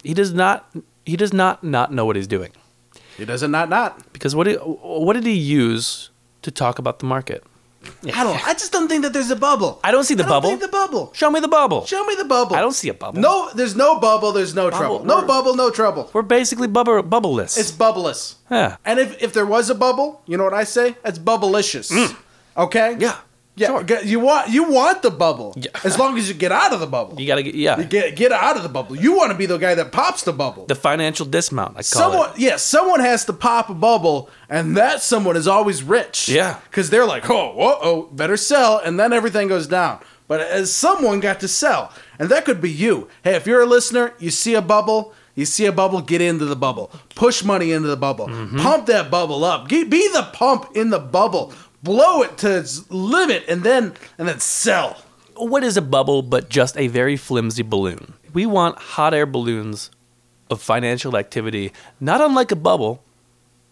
S1: he does not he does not not know what he's doing
S2: It doesn't not not.
S1: because what did, what did he use to talk about the market
S2: I don't. I just don't think that there's a bubble.
S1: I don't see the bubble.
S2: think the bubble.
S1: show me the bubble
S2: Show me the bubble.
S1: I don't see a bubble.
S2: No, there's no bubble. There's no
S1: Bubble.
S2: trouble. No
S1: We're-
S2: bubble. No trouble.
S1: we're basically bubble bubbleless
S2: It's bubbleless.
S1: yeah
S2: And if, if there was a bubble, you know what I say? It's bubblicious. Okay.
S1: Mm. Yeah.
S2: Yeah. g- You want you want the bubble.
S1: Yeah.
S2: As long as you get out of the bubble.
S1: you gotta get yeah
S2: You get get out of the bubble. You want to be the guy that pops the bubble.
S1: the financial dismount i call
S2: someone,
S1: it
S2: yeah, someone has to pop a bubble, and that someone is always rich.
S1: Yeah.
S2: Because they're like, oh, whoa, oh, better sell, and then everything goes down. But as someone got to sell, and that could be you. Hey, if you're a listener, you see a bubble. You see a bubble, get into the bubble. Push money into the bubble.
S1: Mm-hmm.
S2: Pump that bubble up. Ge- Be the pump in the bubble. Blow it to its limit, and then and then sell.
S1: what is a bubble but just a very flimsy balloon? We want hot air balloons of financial activity, not unlike a bubble,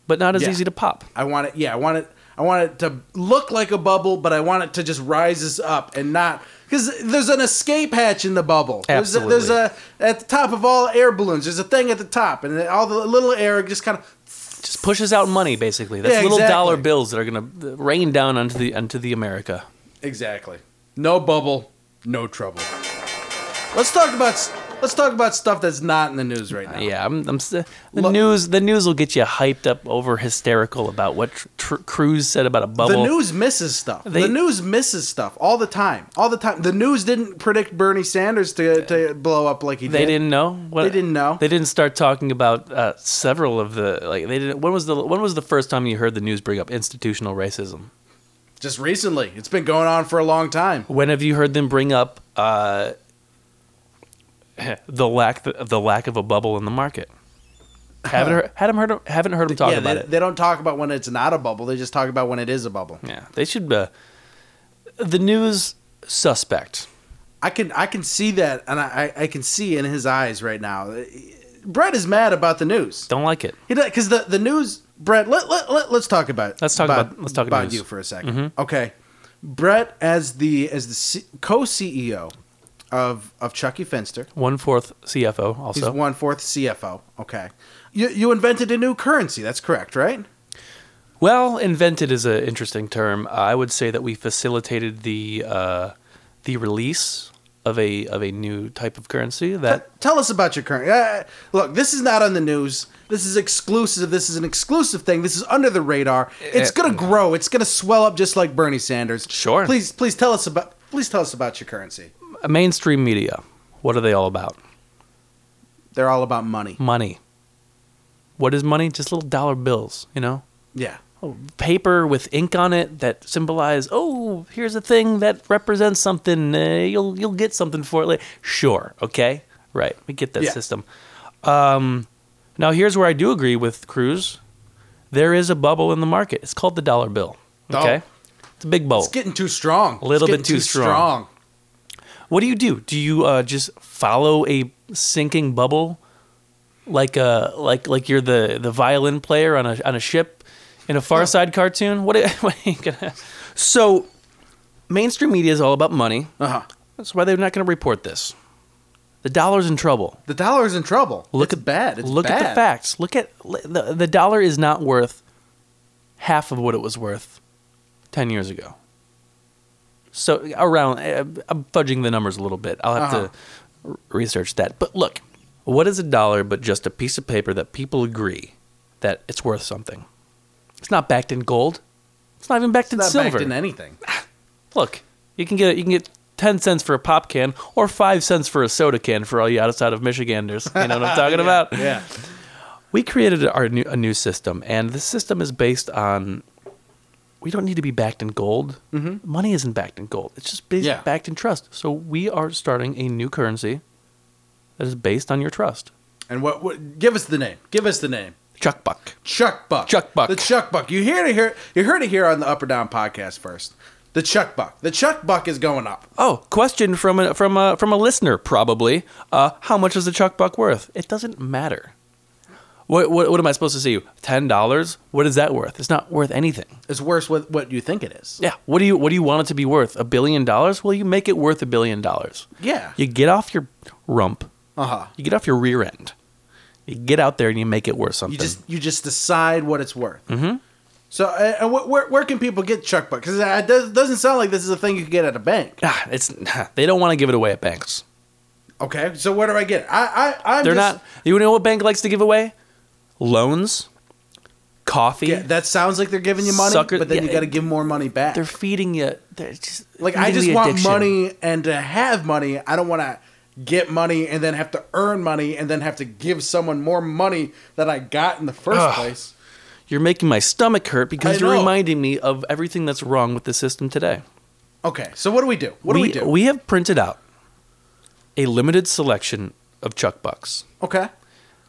S1: but not as
S2: Yeah.
S1: easy to pop.
S2: I want it. Yeah, I want it. I want it to look like a bubble, but I want it to just rises up and not because there's an escape hatch in the bubble. There's a- There's a, at the top of all air balloons. There's a thing at the top, and then all the little air just kind of
S1: Just pushes out money, basically. That's
S2: Yeah,
S1: little
S2: exactly.
S1: dollar bills that are going to rain down onto the onto the America.
S2: exactly no bubble, no trouble. Let's talk about s- let's talk about stuff that's not in the news right now.
S1: Yeah, I'm, I'm, s- the
S2: Oh. Lo-
S1: news the news will get you hyped up over hysterical about what tr- tr- Cruz said about a bubble.
S2: The news misses stuff.
S1: They-
S2: the news misses stuff all the time. All the time. The news didn't predict Bernie Sanders to, to blow up like he
S1: they
S2: did.
S1: didn't know. What,
S2: They didn't know.
S1: They didn't start talking about uh, several of the like. They didn't. When was the when was the first time you heard the news bring up institutional racism?
S2: Just recently. It's been going on for a long time.
S1: When have you heard them bring up uh, the lack the lack of a bubble in the market? Haven't heard, haven't heard haven't heard them talk
S2: yeah,
S1: about
S2: they,
S1: it.
S2: they don't talk about when it's not a bubble. They just talk about when it is a bubble.
S1: yeah, they should. Uh, the news suspect.
S2: I can I can see that, and I I I can see in his eyes right now. Brett is mad about the news.
S1: Don't like it.
S2: He because the the news, Brett. Let, let, let us talk about
S1: Let's talk about- let's talk
S2: about
S1: news. Mm-hmm.
S2: you for a 2nd Okay, Brett as the as the C- co CEO of of Chucky Finster.
S1: One fourth CFO
S2: He's
S1: also.
S2: one fourth CFO. Okay, you you invented a new currency. That's correct, right?
S1: well, invented is an interesting term. I would say that we facilitated the uh, the release of a of a new type of currency that
S2: Tell us about your current. Uh, look, this is not on the news. This is exclusive. This is an exclusive thing. This is under the radar. It's
S1: Eh,
S2: gonna grow. It's gonna swell up just like Bernie Sanders.
S1: Sure.
S2: Please, please tell us about. Please tell us about your currency.
S1: mainstream media. What are they all about?
S2: They're all about money.
S1: Money. What is money? Just little dollar bills, you know?
S2: Yeah.
S1: paper with ink on it that symbolize, oh, here's a thing that represents something. Uh, you'll you'll get something for it. Later. Sure, okay, right. We get that
S2: Yeah.
S1: system. Um, now here's where I do agree with Cruz. There is a bubble in the market. It's called the dollar bill.
S2: Oh.
S1: Okay, it's a big bubble.
S2: It's getting too strong.
S1: A little
S2: It's
S1: bit
S2: getting
S1: too strong. what do you do? Do you uh, just follow a sinking bubble, like uh, like like you're the, the violin player on a on a ship in a Far Side cartoon? What, are- what are you gonna? So, mainstream media is all about money.
S2: Uh-huh.
S1: That's why they're not going to report this. The dollar's in trouble.
S2: The dollar's in trouble.
S1: Look
S2: it's
S1: at
S2: bad. It's
S1: look at the
S2: bad.
S1: facts. Look at the the dollar is not worth half of what it was worth ten years ago. So around, uh, I'm fudging the numbers a little bit. I'll have
S2: Uh-huh.
S1: to r- research that. But look, what is a dollar but just a piece of paper that people agree that it's worth something? It's not backed in gold. It's not even backed in
S2: It's not
S1: silver.
S2: backed in anything.
S1: Look, you can get you can get ten cents for a pop can or five cents for a soda can for all you outside of Michiganders. You know what I'm talking about?
S2: Yeah.
S1: We created our new, a new system, and the system is based on. We don't need to be backed in gold. Mm-hmm. Money isn't backed in gold. It's just based,
S2: Yeah.
S1: backed in trust. So we are starting a new currency that is based on your trust.
S2: And what, what? Give us the name. Give us the name.
S1: Chuck Buck.
S2: Chuck Buck.
S1: Chuck Buck.
S2: The Chuck Buck. You hear to hear. You heard it here on the Up or Down podcast first. The Chuck Buck. The Chuck Buck is going up.
S1: Oh, question from a, from a, from a listener probably. Uh, how much is a chuck buck worth? It doesn't matter. What, what, what am I supposed to see? Ten dollars? What is that worth? It's not worth anything.
S2: It's worse with what you think it is.
S1: Yeah. What do you what do you want it to be worth? A billion dollars? Well, you make it worth a billion dollars.
S2: Yeah.
S1: You get off your rump.
S2: Uh huh.
S1: You get off your rear end. You get out there and you make it worth something.
S2: You just you just decide what it's worth. Mm-hmm. So, uh, and wh- where where can people get Chuck Buck? Because it does- doesn't sound like this is a thing you can get at a bank.
S1: Ah, it's they don't want to give it away at banks.
S2: Okay. So where do I get it? I I I'm
S1: They're
S2: just-
S1: not. You know what bank likes to give away? Loans, coffee.
S2: Yeah, that sounds like they're giving you money,
S1: Sucker-
S2: but then
S1: yeah,
S2: you got to give more money back.
S1: they're feeding you. They're just
S2: Like I
S1: feeding
S2: just
S1: the
S2: want
S1: addiction.
S2: money and to have money. I don't want to get money and then have to earn money and then have to give someone more money that I got in the first
S1: Ugh.
S2: place.
S1: You're making my stomach hurt because
S2: I
S1: you're
S2: know.
S1: reminding me of everything that's wrong with the system today.
S2: Okay, so what do we do? What do we do?
S1: We have printed out a limited selection of Chuck Bucks.
S2: okay,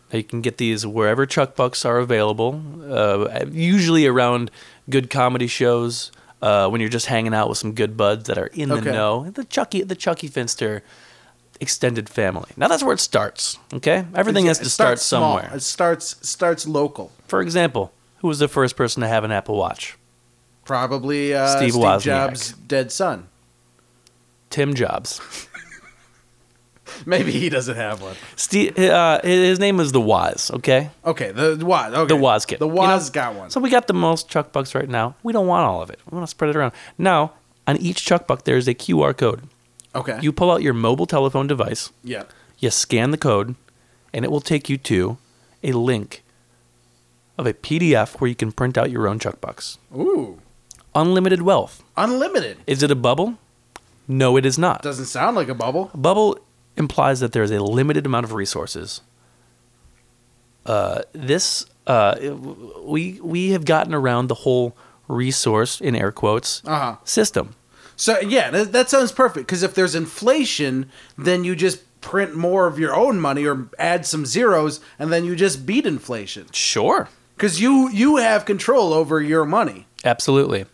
S1: Now, You can get these wherever Chuck Bucks are available, uh, usually around good comedy shows. Uh, when you're just hanging out with some good buds that are in the
S2: Okay.
S1: know, the Chucky, the Chucky Finster extended family. Now that's where it starts. Okay, everything has
S2: It
S1: to start
S2: starts small.
S1: somewhere.
S2: It starts starts local.
S1: For example, who was the first person to have an Apple Watch?
S2: Probably uh,
S1: Steve
S2: Steve,
S1: Wozniak.
S2: Jobs' dead son.
S1: Tim Jobs.
S2: Maybe he doesn't have one.
S1: Steve, uh, his name is the Waz. Okay,
S2: Okay, the Woz. Okay.
S1: the Waz kid.
S2: The
S1: You know?
S2: Woz got one.
S1: So we got the most Chuck Bucks right now. We don't want all of it. We want to spread it around. Now, on each Chuck Buck, there is a QR code.
S2: okay.
S1: You pull out your mobile telephone device,
S2: yeah.
S1: you scan the code, and it will take you to a link of a PDF where you can print out your own Chuck Bucks.
S2: Ooh,
S1: Unlimited wealth.
S2: unlimited.
S1: Is it a bubble? No, it is not.
S2: Doesn't sound like a bubble.
S1: Bubble implies that there is a limited amount of resources. Uh, this uh, we we have gotten around the whole resource in air quotes
S2: Uh-huh.
S1: system.
S2: So yeah, that, that sounds perfect. Because if there's inflation, then you just print more of your own money or add some zeros, and then you just beat inflation.
S1: Sure,
S2: Because you you have control over your money.
S1: absolutely.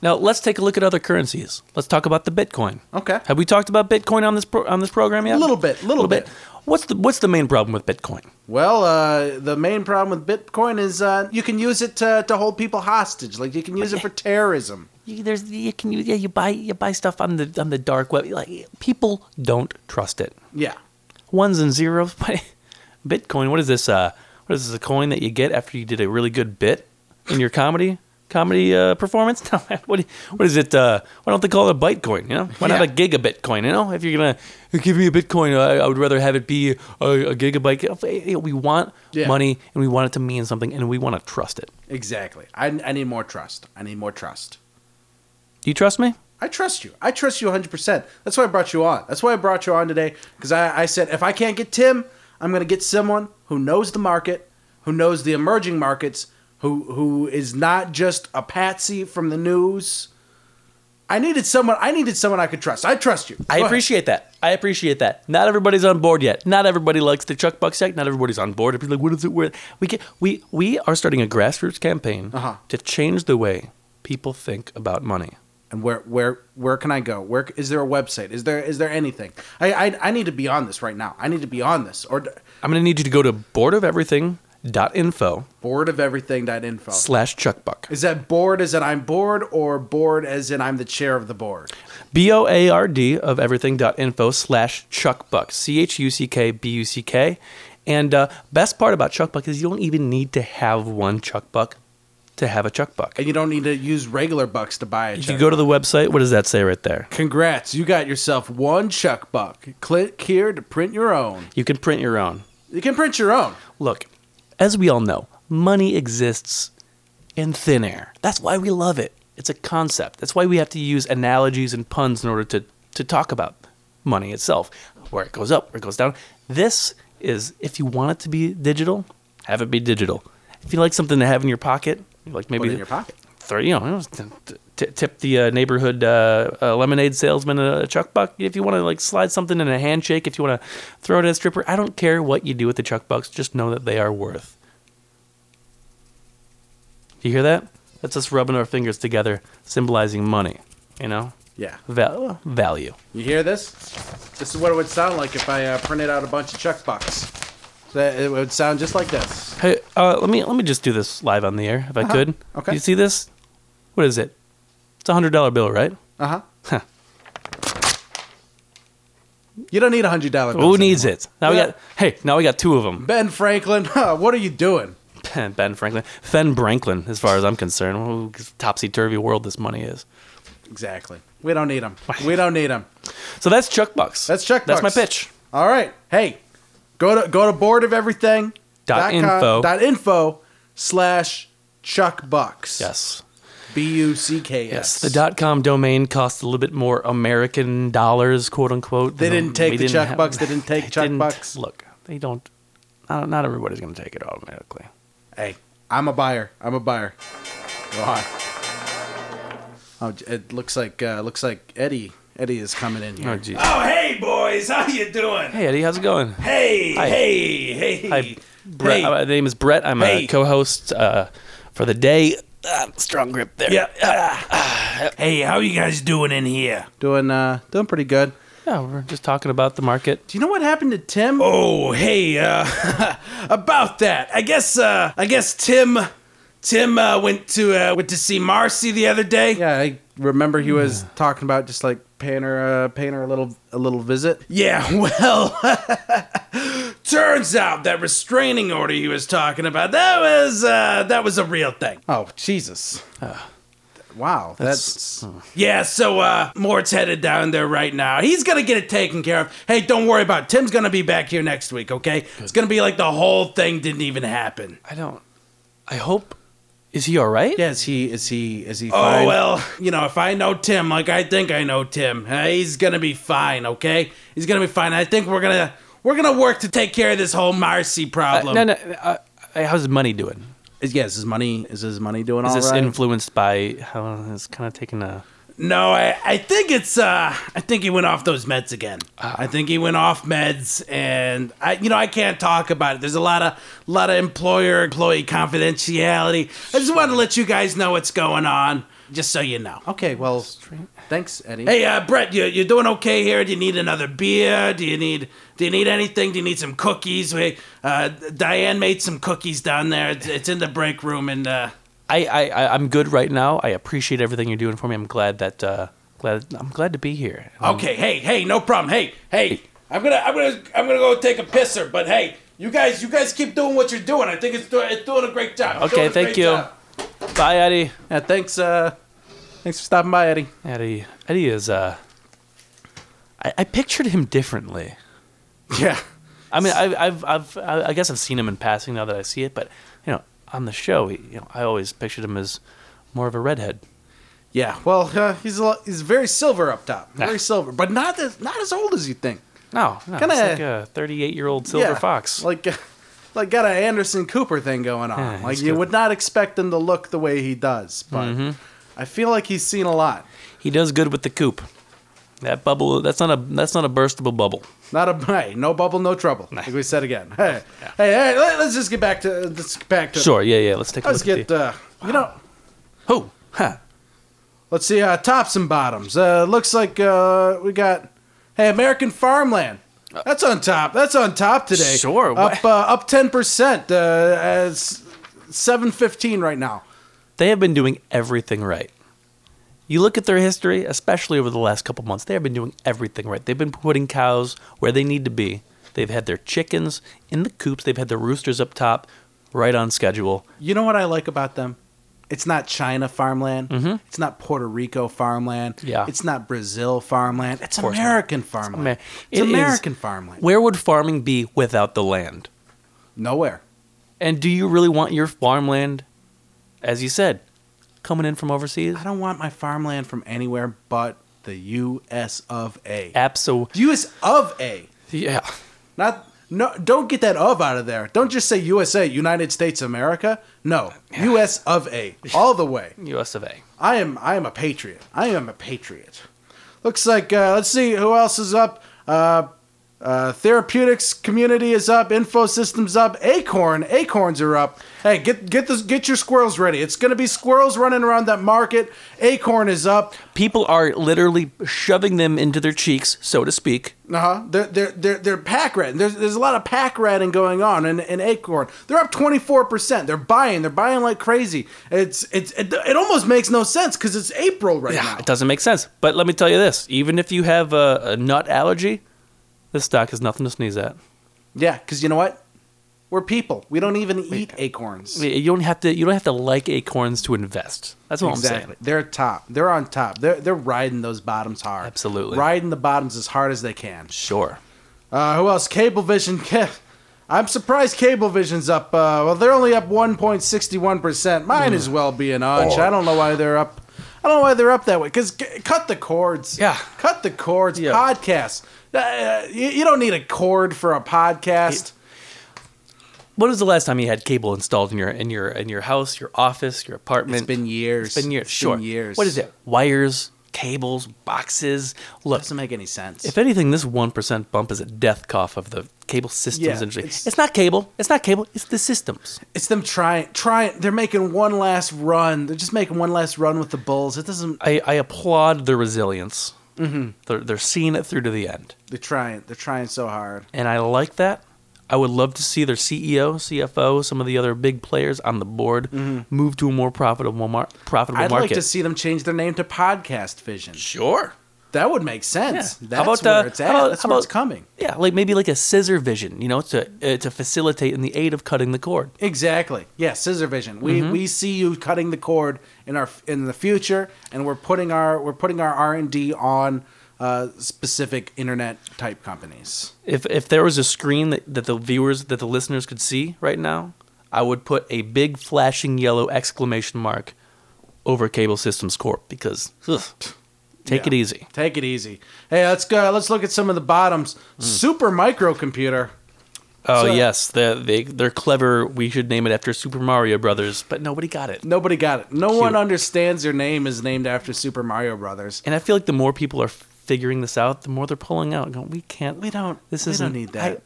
S1: Now let's take a look at other currencies. Let's talk about the Bitcoin.
S2: Okay.
S1: Have we talked about Bitcoin on this pro- on this program yet?
S2: Little bit, little bit.
S1: What's the what's the main problem with Bitcoin?
S2: Well, uh, the main problem with Bitcoin is uh, you can use it to, to hold people hostage. Like you can use it for terrorism.
S1: You, there's you can you, yeah you buy you buy stuff on the on the dark web. Like people don't trust it.
S2: Yeah.
S1: Ones and zeros, but Bitcoin. What is this? Uh, what is this? A coin that you get after you did a really good bit in your comedy comedy uh, performance? No, man, what what is it? Uh, why don't they call it a Bitcoin? You know, why
S2: Yeah.
S1: not a gigabitcoin? You know, if you're gonna give me a Bitcoin, I, I would rather have it be a, a gigabyte. We want
S2: Yeah.
S1: money and we want it to mean something and we want to trust it.
S2: Exactly. I, I need more trust. I need more trust.
S1: Do you trust me?
S2: I trust you. I trust you 100%. That's why I brought you on. That's why I brought you on today because I, I said if I can't get Tim, I'm going to get someone who knows the market, who knows the emerging markets, who who is not just a patsy from the news. I needed someone. I needed someone I could trust. I trust you.
S1: I
S2: Go ahead.
S1: appreciate that. I appreciate that. Not everybody's on board yet. Not everybody likes the Chuck Buck check. Not everybody's on board. Everybody's like, what is it worth? We get we we are starting a grassroots campaign
S2: Uh-huh.
S1: to change the way people think about money.
S2: And where where where can I go? Where is there a website? Is there is there anything? I I, I need to be on this right now. I need to be on this or d-
S1: I'm gonna need you to go to boardofeverything.info
S2: board of everything.info.
S1: slash Chuck Buck.
S2: Is that board as in I'm bored or bored as in I'm the chair of the board?
S1: B O A R D of everything.info slash Chuck Buck. C H U C K B U C K. And uh, best part about Chuck Buck is you don't even need to have one Chuck Buck to have a Chuck Buck.
S2: And you don't need to use regular bucks to buy a
S1: If
S2: chuck.
S1: you go to the website, what does that say right there?
S2: Congrats, you got yourself one chuck buck. Click here to print your own.
S1: You can print your own.
S2: You can print your own.
S1: Look, as we all know, money exists in thin air. That's why we love it. It's a concept. That's why we have to use analogies and puns in order to, to talk about money itself, where it goes up, where it goes down. This is, if you want it to be digital, have it be digital. If you like something to have in your pocket, like maybe
S2: Put it in your pocket.
S1: throw- you know, t- t- tip the uh, neighborhood uh, uh, lemonade salesman a chuck buck. If you want to like slide something in a handshake, if you want to throw it at a stripper, I don't care what you do with the chuck bucks. Just know that they are worth. You hear that? That's us rubbing our fingers together, symbolizing money. You know,
S2: Yeah.
S1: Val- value.
S2: You hear this? This is what it would sound like if I uh, printed out a bunch of chuck bucks. That it would sound just like this.
S1: Hey, uh, let me let me just do this live on the air if I could.
S2: Uh-huh. Okay.
S1: You see this? What is it? It's a hundred dollar bill, right?
S2: Uh huh.
S1: Huh.
S2: You don't need a hundred dollar.
S1: Who needs it?
S2: Yeah.
S1: Now we got hey, now we got two of them.
S2: Ben Franklin, huh, what are you doing?
S1: Ben, ben Franklin. Fen Branklin, as far as I'm concerned. Topsy turvy world this money is.
S2: Exactly. We don't need him. We don't need him.
S1: So that's Chuck Bucks.
S2: That's Chuck
S1: That's
S2: Bucks.
S1: my pitch.
S2: All right. Hey, go to go to board of everything
S1: Dot
S2: com-
S1: info.
S2: dot info slash Chuck Bucks.
S1: Yes.
S2: B U C K S.
S1: Yes. The dot com domain costs a little bit more American dollars, quote unquote.
S2: They
S1: than
S2: didn't take
S1: we
S2: the Chuck
S1: have-
S2: Bucks, they didn't take Chuck Bucks.
S1: Look, they don't. Not, not everybody's going to take it automatically.
S2: Hey, I'm a buyer. I'm a buyer. Go on. Oh, j- it looks like uh, looks like Eddie Eddie is coming in here.
S1: Oh, geez.
S4: Oh, hey, boys. How you doing?
S1: Hey, Eddie, how's it going?
S4: Hey,
S1: Hi.
S4: hey, hey.
S1: Hi, Brett.
S4: Hey.
S1: uh, My name is Brett. I'm a
S4: Hey.
S1: co-host uh, for the day. Ah, strong grip there.
S4: Yeah. ah, ah. hey, how you guys doing in here?
S2: Doing uh doing pretty good.
S1: Yeah, we're just talking about the market.
S2: Do you know what happened to Tim?
S4: Oh, hey, uh, about that. I guess, uh, I guess Tim, Tim, uh, went to, uh, went to see Marcy the other day.
S2: Yeah, I remember he was talking about just like paying her uh, paying her a little a little visit.
S4: Yeah, well, turns out that restraining order he was talking about, that was, uh, that was a real thing.
S2: Oh Jesus!
S1: Uh.
S2: wow, that's,
S4: Yeah, so uh Mort's headed down there right now. He's gonna get it taken care of. Hey, don't worry about it. Tim's gonna be back here next week, okay? It's gonna be like the whole thing didn't even happen.
S1: I don't. I hope. Is he all right?
S2: yeah. Is he is he is he?
S4: Oh
S2: fine?
S4: well, you know, if I know Tim, like I think I know Tim, uh, he's gonna be fine, okay? He's gonna be fine. I think we're gonna we're gonna work to take care of this whole Marcy
S1: Uh,
S4: problem.
S1: no, no. Uh, uh, how's his money doing?
S2: Is, yeah, is his money is his money doing
S1: Is
S2: all
S1: this
S2: right?
S1: influenced by how it's kind of taken a?
S4: No, I, I think it's uh I think he went off those meds again.
S1: Ah.
S4: I think he went off meds and I you know I can't talk about it. There's a lot of lot of employer employee confidentiality. I just want to let you guys know what's going on. Just so you know.
S2: Okay, well, thanks, Eddie.
S4: Hey, uh, Brett, you you doing okay here? Do you need another beer? Do you need do you need anything? Do you need some cookies? We uh, Diane made some cookies down there. It's, it's in the break room, and uh,
S1: I, I, I I'm good right now. I appreciate everything you're doing for me. I'm glad that uh, glad I'm glad to be here.
S2: Um,
S4: okay, hey, hey, no problem. Hey, hey, I'm gonna I'm gonna I'm gonna go take a pisser. But hey, you guys you guys keep doing what you're doing. I think it's doing it's doing a great job. It's doing
S1: Okay,
S4: a
S1: thank
S4: great
S1: you.
S4: job.
S1: Bye, Eddie.
S2: Yeah, thanks, uh, thanks for stopping by, Eddie.
S1: Eddie Eddie is uh, I, I pictured him differently.
S2: Yeah.
S1: I mean, I've, I've, I've, I I guess I've seen him in passing now that I see it, but you know, on the show, he, you know, I always pictured him as more of a redhead.
S2: Yeah, well, uh, he's a lot, he's very silver up top,
S1: Ah.
S2: very silver, but not as not as old as you think.
S1: No, no
S2: Kinda-
S1: it's like a 38 year old silver
S2: Yeah,
S1: fox.
S2: like uh, like got an Anderson Cooper thing going on.
S1: Yeah,
S2: like
S1: he's Mm-hmm.
S2: you
S1: good.
S2: would not expect him to look the way he does, but I feel like he's seen a lot.
S1: he does good with the coop. That bubble, that's not a that's not a burstable bubble.
S2: Not a hey, no bubble, no trouble. Like we said again. Hey, hey, hey, let, us just get back to let's get back to
S1: Sure, yeah, yeah. Let's take a
S2: Let's
S1: look at
S2: get uh, you know.
S1: the. Oh, huh.
S2: Let's see, uh, tops and bottoms. Uh, looks like uh, we got, hey, American farmland. That's on top. That's on top today.
S1: Sure, wha-
S2: Up uh, up ten percent. Uh, as seven fifteen right now.
S1: They have been doing everything right. You look at their history, especially over the last couple months, they have been doing everything right. They've been putting cows where they need to be. They've had their chickens in the coops, they've had their roosters up top, right on schedule.
S2: You know what I like about them? It's not China farmland. It's not Puerto Rico farmland.
S1: Mm-hmm. Yeah.
S2: It's not Brazil farmland. It's
S1: course not.
S2: American farmland.
S1: Amer-
S2: It's,
S1: It is-
S2: American farmland.
S1: Where would farming be without the land?
S2: Nowhere.
S1: And do you really want your farmland, as you said, coming in from overseas?
S2: I don't want my farmland from anywhere but the U.S. of A.
S1: Absolutely.
S2: U.S. of A.
S1: Yeah.
S2: Not no. Don't get that of out of there. Don't just say USA, United States of America. No, U.S. of A. All the way.
S1: US of A.
S2: I am. I am a patriot. I am a patriot. Looks like. Uh, let's see who else is up. Uh, uh, therapeutics community is up. Info systems up. Acorn. Acorns are up. Hey, get get this. Get your squirrels ready. It's gonna be squirrels running around that market. Acorn is up.
S1: People are literally shoving them into their cheeks, so to speak.
S2: Uh huh. They're, they're, they're, they're pack ratting. There's, there's a lot of pack ratting going on in, in Acorn. They're up 24%. They're buying. They're buying like crazy. It's, it's, it, it almost makes no sense because it's April right now.
S1: It doesn't make sense. But let me tell you this even if you have a, a nut allergy, this stock is nothing to sneeze at.
S2: Yeah, because you know what? We're people. We don't even eat acorns.
S1: You don't have to, you don't have to like acorns to invest. That's what I'm saying.
S2: Exactly. They're top. They're on top. They're, they're riding those bottoms hard.
S1: Absolutely.
S2: Riding the bottoms as hard as they can.
S1: Sure.
S2: Uh, who else? Cablevision. I'm surprised Cablevision's up. Uh, well, they're only up 1.61%. Mine
S1: Hmm.
S2: as well be an unch. I don't know why they're up. I don't know why they're up that way. Because c- cut the cords.
S1: Yeah.
S2: Cut the cords.
S1: Yeah.
S2: Podcasts. Uh, you, you don't need a cord for a podcast.
S1: When was the last time you had cable installed in your in your in your house, your office, your apartment?
S2: It's been years.
S1: It's been years.
S2: It's
S1: sure.
S2: been years.
S1: What is it? Wires, cables, boxes. Look,
S2: Doesn't make any sense.
S1: if anything, this one percent bump is a death cough of the cable systems
S2: Yeah,
S1: industry.
S2: it's-
S1: It's, not cable. It's not cable. It's the systems.
S2: it's them trying, trying. They're making one last run. They're just making one last run with the Bulls. It doesn't.
S1: I, I applaud their resilience. Mm-hmm. They're they're seeing it through to the end,
S2: They're trying. They're trying so hard.
S1: and I like that. I would love to see their E CEO, CFO, some of the other big players on the board move to a more profitable mar-
S2: Mm-hmm.
S1: profitable
S2: I'd
S1: market.
S2: like to see them change their name to Podcast Vision.
S1: sure.
S2: That would make sense.
S1: Yeah.
S2: That's
S1: How about,
S2: where
S1: uh,
S2: it's
S1: how
S2: at.
S1: about-
S2: That's
S1: how
S2: where it's
S1: about-
S2: coming.
S1: Yeah, like maybe like a scissor vision, you know, to uh, to facilitate in the aid of cutting the cord.
S2: Exactly. Yeah, scissor vision. We
S1: Mm-hmm.
S2: we see you cutting the cord in our in the future, and we're putting our we're putting our R and D on uh, specific internet type companies.
S1: If if there was a screen that, that the viewers that the listeners could see right now, I would put a big flashing yellow exclamation mark over Cable Systems Corp because ugh, take it
S2: Yeah.
S1: easy.
S2: Take it easy. Hey, let's go. Let's look at some of the bottoms.
S1: Mm.
S2: Super microcomputer.
S1: Oh
S2: So-
S1: yes, they they they're clever. We should name it after Super Mario Brothers, but nobody got it.
S2: Nobody got it. No one
S1: Cute.
S2: understands their name is named after Super Mario Brothers.
S1: And I feel like the more people are figuring this out, the more they're pulling out. and Going, we can't.
S2: We don't.
S1: This
S2: we
S1: isn't.
S2: don't need that.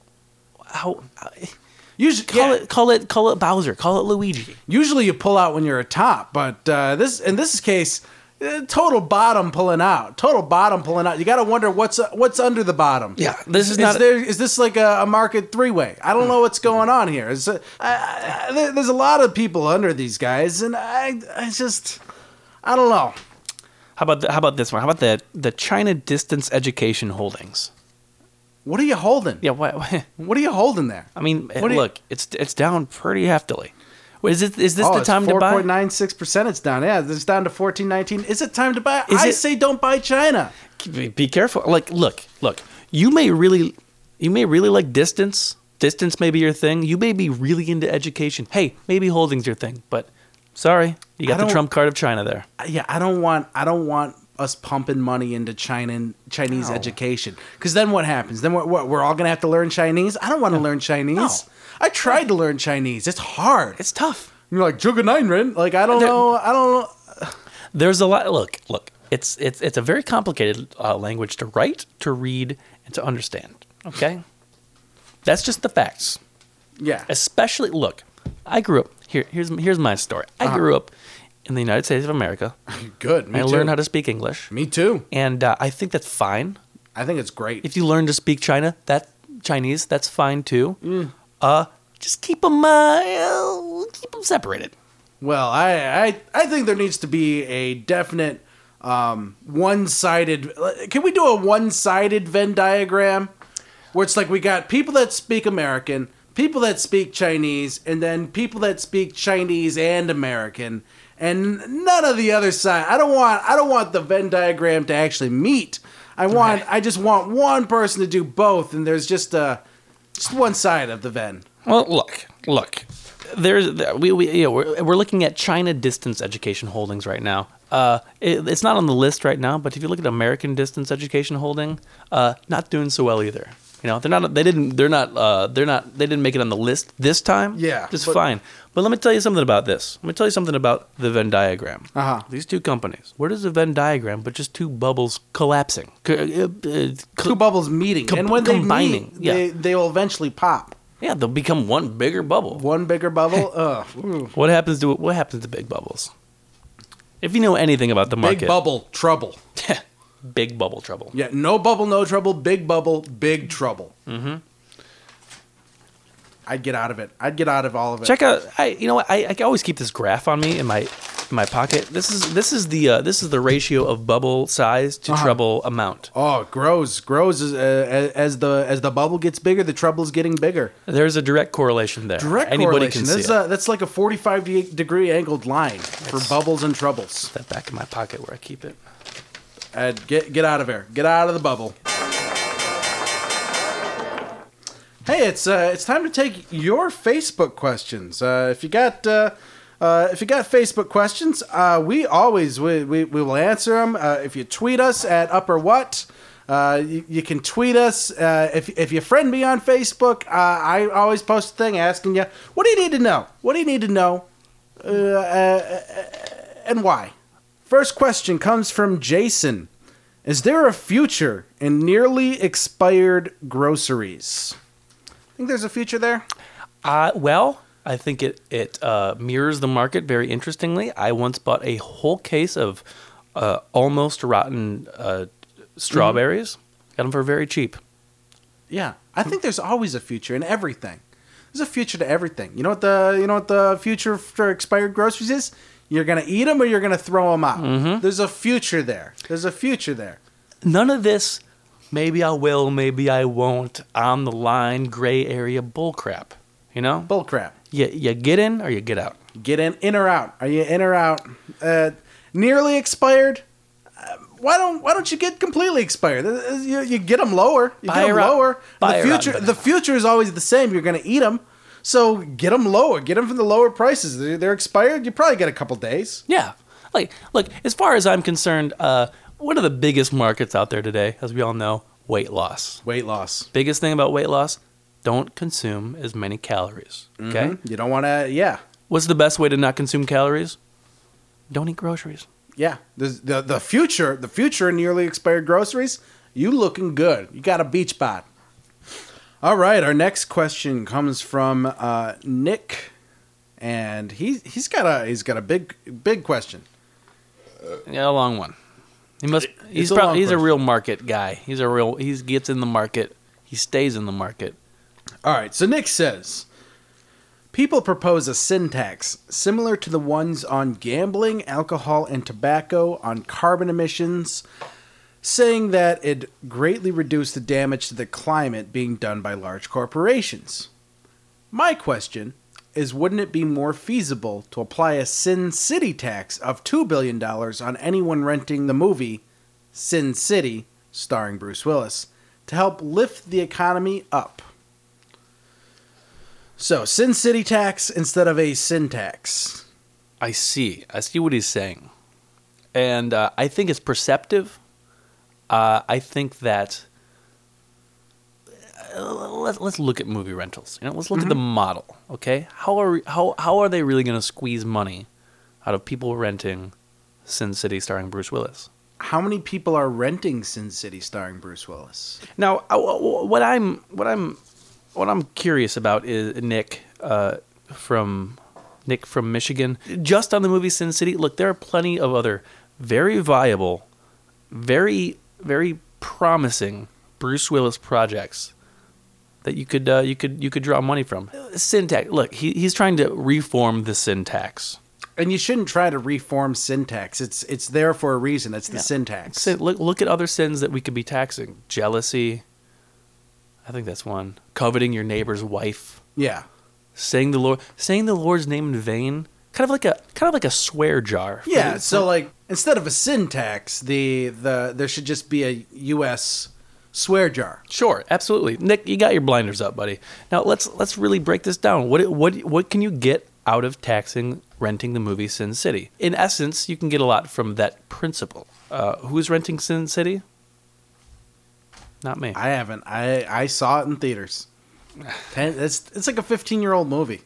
S1: I- how? I-
S2: Usually,
S1: Call
S2: yeah.
S1: it call it call it Bowser. Call it Luigi.
S2: usually you pull out when you're a top, but uh, this in this case, uh, total bottom pulling out, total bottom pulling out. You got to wonder what's uh, what's under the bottom.
S1: Yeah, this is
S2: is
S1: not-
S2: there. Is this like a, a market three way? I don't know what's going on here. It's, uh, I, I, there- there's a lot of people under these guys, and I I just I don't know.
S1: How about th- how about this one? How about the the China Distance Education Holdings?
S2: What are you holding?
S1: Yeah, why, why-
S2: What are you holding there?
S1: I mean, eh,
S2: What do you-
S1: look, it's it's down pretty heftily. Wait, Is it is this the time to buy?
S2: Oh, Four point nine six percent. It's down. Yeah, it's down to fourteen nineteen. Is it time to buy?
S1: Is
S2: I
S1: it-
S2: say don't buy China.
S1: be, be careful. Like, look, look. You may really, you may really like distance. Distance may be your thing. You may be really into education. Hey, maybe holdings your thing. But sorry, you
S2: I
S1: got the
S2: don't-
S1: trump card of China there.
S2: yeah, I don't want I don't want us pumping money into China Chinese education because then what happens? Then what, what? We're all gonna have to learn Chinese. I don't want to learn Chinese. I tried to learn Chinese. It's hard.
S1: It's tough.
S2: You're like Juga Ren. Like I don't
S1: They're-
S2: know. I don't know.
S1: There's a lot. Look, look. It's it's it's a very complicated uh, language to write, to read, and to understand. Okay, that's just the facts.
S2: Yeah.
S1: especially look i grew up here here's here's my story i grew up in the united states of america
S2: Good. Uh-huh. Me
S1: i
S2: too.
S1: learned how to speak english
S2: Me too.
S1: and uh, i think that's fine
S2: I think it's great.
S1: if you learn to speak china that chinese that's fine too uh just keep them uh, keep them separated
S2: Well, I, I I think there needs to be a definite um, one-sided. Can we do a one-sided Venn diagram where it's like we got people that speak American, people that speak Chinese, and then people that speak Chinese and American, and none of the other side. I don't want I don't want the Venn diagram to actually meet. I want I just want one person to do both, and there's just a just one side of the Venn.
S1: well look look there's there- we, we you know, we're, we're looking at china distance education holdings right now uh, it, it's not on the list right now, but if you look at American distance education holding, uh, not doing so well either. You know, they're not, they didn't, they're not, uh, they're not, they didn't make it on the list this time.
S2: Yeah,
S1: just
S2: but-
S1: fine. But let me tell you something about this. Let me tell you something about the Venn diagram.
S2: Uh-huh.
S1: These two companies. Where does the Venn diagram, but just two bubbles collapsing? Co- uh, uh,
S2: Two bubbles meeting,
S1: Com-
S2: and when
S1: combining,
S2: they meet,
S1: yeah.
S2: they, they will eventually pop.
S1: yeah, they'll become one bigger bubble.
S2: One bigger bubble. Ugh. Ooh.
S1: What happens to what happens to big bubbles? If you know anything about the market,
S2: Big bubble trouble.
S1: big bubble trouble.
S2: Yeah, no bubble, no trouble. Big bubble, big trouble. Mm-hmm. I'd get out of it. I'd get out of all of it.
S1: Check out, I you know what, I, I always keep this graph on me in my in my pocket. This is this is the uh, this is the ratio of bubble size to trouble amount.
S2: Uh-huh. Oh, it grows, grows as, uh, as the as the bubble gets bigger, the trouble's getting bigger.
S1: There's a direct correlation there.
S2: Direct
S1: Anybody
S2: correlation.
S1: can see
S2: That's,
S1: it.
S2: uh, that's like a forty-five de- degree angled line for bubbles and troubles.
S1: that back in my pocket where I keep it.
S2: Uh, get get out of here. Get out of the bubble. Hey, it's uh, it's time to take your Facebook questions. Uh, if you got uh, uh, if you got Facebook questions, uh, we always we, we, we will answer them. Uh, if you tweet us at upper what. Uh, you, you can tweet us uh, if, if you friend me on Facebook. Uh, I always post a thing asking you, what do you need to know? What do you need to know? Uh, uh, and why? First question comes from Jason. Is there a future in nearly expired groceries? Think there's a future there?
S1: Uh, well, I think it it uh, mirrors the market very interestingly. I once bought a whole case of uh, almost rotten uh, strawberries. Got them for very cheap.
S2: Yeah, I think there's always a future in everything. There's a future to everything. You know what the you know what the future for expired groceries is? You're gonna eat them or you're gonna throw them out. There's a future there. There's a future there.
S1: None of this. Maybe I will. Maybe I won't. On the line, gray area, bullcrap. You know,
S2: Bull crap.
S1: you, you get in or you get out.
S2: Get in, in or out? Are you in or out? Uh, nearly expired. Uh, Why don't Why don't you get completely expired? Uh, You, you get them lower. You
S1: Buy
S2: get them
S1: her out.
S2: lower.
S1: Buy
S2: The
S1: her out
S2: future
S1: and
S2: The future is always the same. You're gonna eat them, so get them lower. Get them from the lower prices. They're, they're expired. You probably get a couple days.
S1: Yeah. Like, look. As far as I'm concerned, uh, one of the biggest markets out there today, as we all know, weight loss.
S2: Weight loss.
S1: biggest thing about weight loss don't consume as many calories okay
S2: You don't want to. Yeah,
S1: what's the best way to not consume calories don't eat groceries
S2: yeah. There's, the The future The future in nearly expired groceries. You looking good. You got a beach bod. All right, our next question comes from uh, Nick, and he he's got a he's got a big big question.
S1: Yeah, a long one. He must. He's
S2: a long
S1: probably he's a
S2: question.
S1: real market guy. He's a real. He gets in the market. He stays in the market.
S2: All right, so Nick says people propose a syntax similar to the ones on gambling, alcohol, and tobacco, on carbon emissions, saying that it greatly reduced the damage to the climate being done by large corporations. My question is wouldn't it be more feasible to apply a Sin City tax of $2 billion on anyone renting the movie Sin City, starring Bruce Willis, to help lift the economy up? So, Sin City tax instead of a syntax.
S1: I see. I see what he's saying, and uh, I think it's perceptive. Uh, I think that uh, let's let's look at movie rentals. You know, let's look at the model. Okay, how are how how are they really going to squeeze money out of people renting Sin City starring Bruce Willis?
S2: How many people are renting Sin City starring Bruce Willis?
S1: Now, I- wh- wh- what I'm what I'm what I'm curious about is Nick uh, from Nick from Michigan. Just on the movie Sin City, look, there are plenty of other very viable, very very promising Bruce Willis projects that you could uh, you could you could draw money from. Syntax. Look, he, he's trying to reform the syntax.
S2: And you shouldn't try to reform syntax. It's it's there for a reason. It's the syntax.
S1: Sin, look look at other sins that we could be taxing. Jealousy. I think that's one. Coveting your neighbor's wife.
S2: yeah.
S1: saying the Lord, saying the Lord's name in vain, kind of like a kind of like a swear jar. for
S2: Yeah.
S1: the-
S2: So like instead of a syntax, the the there should just be a US swear jar.
S1: sure, absolutely, Nick, you got your blinders up, buddy. Now let's let's really break this down. What what what can you get out of taxing renting the movie Sin City? In essence, you can get a lot from that principle. Uh, who's renting Sin City? Not me.
S2: I haven't. I I saw it in theaters. Ten, it's it's like a 15-year-old movie.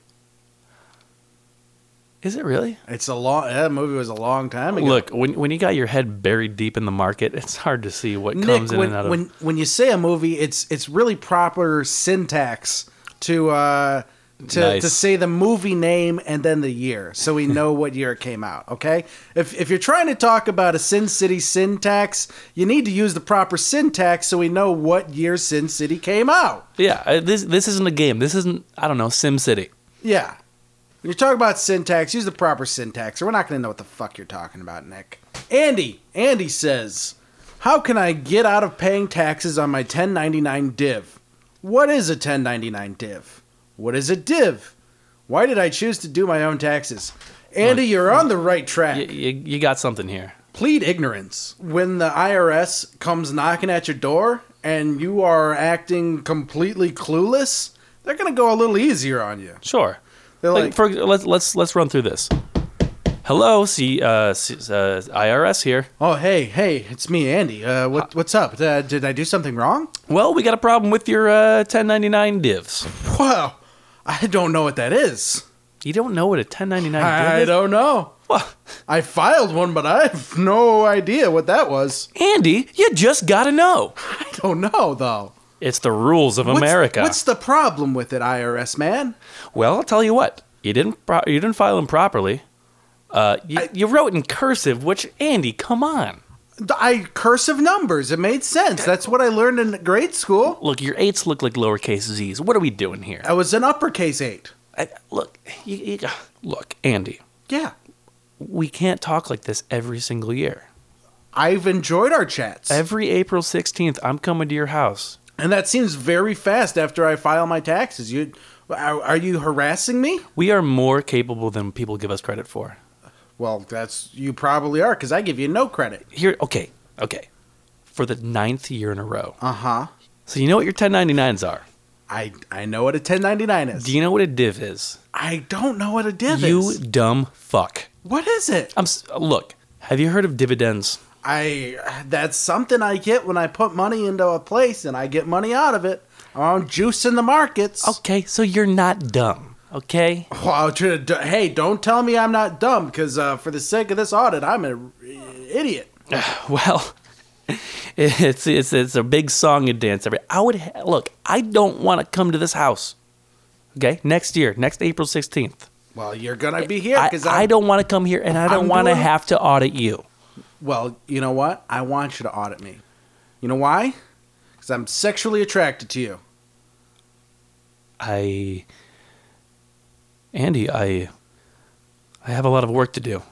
S1: Is it really?
S2: It's a long that movie was a long time ago.
S1: Look, when when you got your head buried deep in the market, it's hard to see what comes in
S2: when,
S1: and out of.
S2: when when you say a movie, it's it's really proper syntax to uh, to
S1: Nice.
S2: to say the movie name and then the year, so we know what year it came out. Okay, if if you're trying to talk about a Sin City syntax, you need to use the proper syntax so we know what year Sin City came out.
S1: yeah, I- this this isn't a game. This isn't I don't know Sim City.
S2: Yeah, when you're talking about syntax, use the proper syntax, or we're not gonna know what the fuck you're talking about, Nick. Andy, Andy says. How can I get out of paying taxes on my 1099 div? What is a 1099 div? What is a div? Why did I choose to do my own taxes? Andy, you're on the right track.
S1: Y- you, you got something here.
S2: Plead ignorance. When the IRS comes knocking at your door and you are acting completely clueless, they're going to go a little easier on you.
S1: Sure.
S2: They're
S1: Like,
S2: like,
S1: for, let's let's let's run through this. Hello, C, uh, C, uh, IRS here.
S2: "Oh, hey, hey, it's me, Andy. Uh, what, what's up? Uh, did I do something wrong?"
S1: Well, we got a problem with your uh, 1099 divs.
S2: Wow, I don't know what that is.
S1: You don't know what a 1099
S2: I
S1: div is?
S2: don't know.
S1: Well,
S2: I filed one, but I have no idea what that was.
S1: Andy, you just gotta know.
S2: I don't know though.
S1: It's the rules of
S2: What's-
S1: America.
S2: What's the problem with it, IRS man?
S1: well, I'll tell you what. You didn't pro- you didn't file them properly. Uh, you, you wrote in cursive, which Andy, come on.
S2: I cursive numbers. It made sense. That's what I learned in grade school.
S1: Look, your eights look like lowercase z's. What are we doing here?
S2: I was an uppercase eight.
S1: I, look, you, you, look, Andy.
S2: Yeah,
S1: we can't talk like this every single year.
S2: I've enjoyed our chats,
S1: Every April 16th, I'm coming to your house.
S2: and that seems very fast after I file my taxes. You, are, are you harassing me?
S1: We are more capable than people give us credit for.
S2: Well, that's you probably are because I give you no credit.
S1: Here, okay, okay. For the ninth year in a row.
S2: Uh huh.
S1: So, you know what your 1099s are?
S2: I I know what a 1099 is.
S1: Do you know what a div is?
S2: I don't know what a div
S1: You
S2: is.
S1: dumb fuck.
S2: What is it?
S1: I'm, s- look, have you heard of dividends?
S2: I that's something I get when I put money into a place and I get money out of it. I'm juicing the markets.
S1: Okay, so you're not dumb, okay?
S2: Wow, tr- d- hey, don't tell me I'm not dumb because uh, for the sake of this audit, I'm an idiot.
S1: Well, It's it's it's a big song and dance. Every I would ha- look. I don't want to come to this house. Okay, next year, next April sixteenth.
S2: Well, you're gonna be here
S1: I,
S2: because
S1: I don't want to come here, and I don't
S2: I'm
S1: want to
S2: doing-
S1: have to audit you.
S2: Well, you know what? I want you to audit me. You know why? Because I'm sexually attracted to you.
S1: I, Andy, I, I have a lot of work to do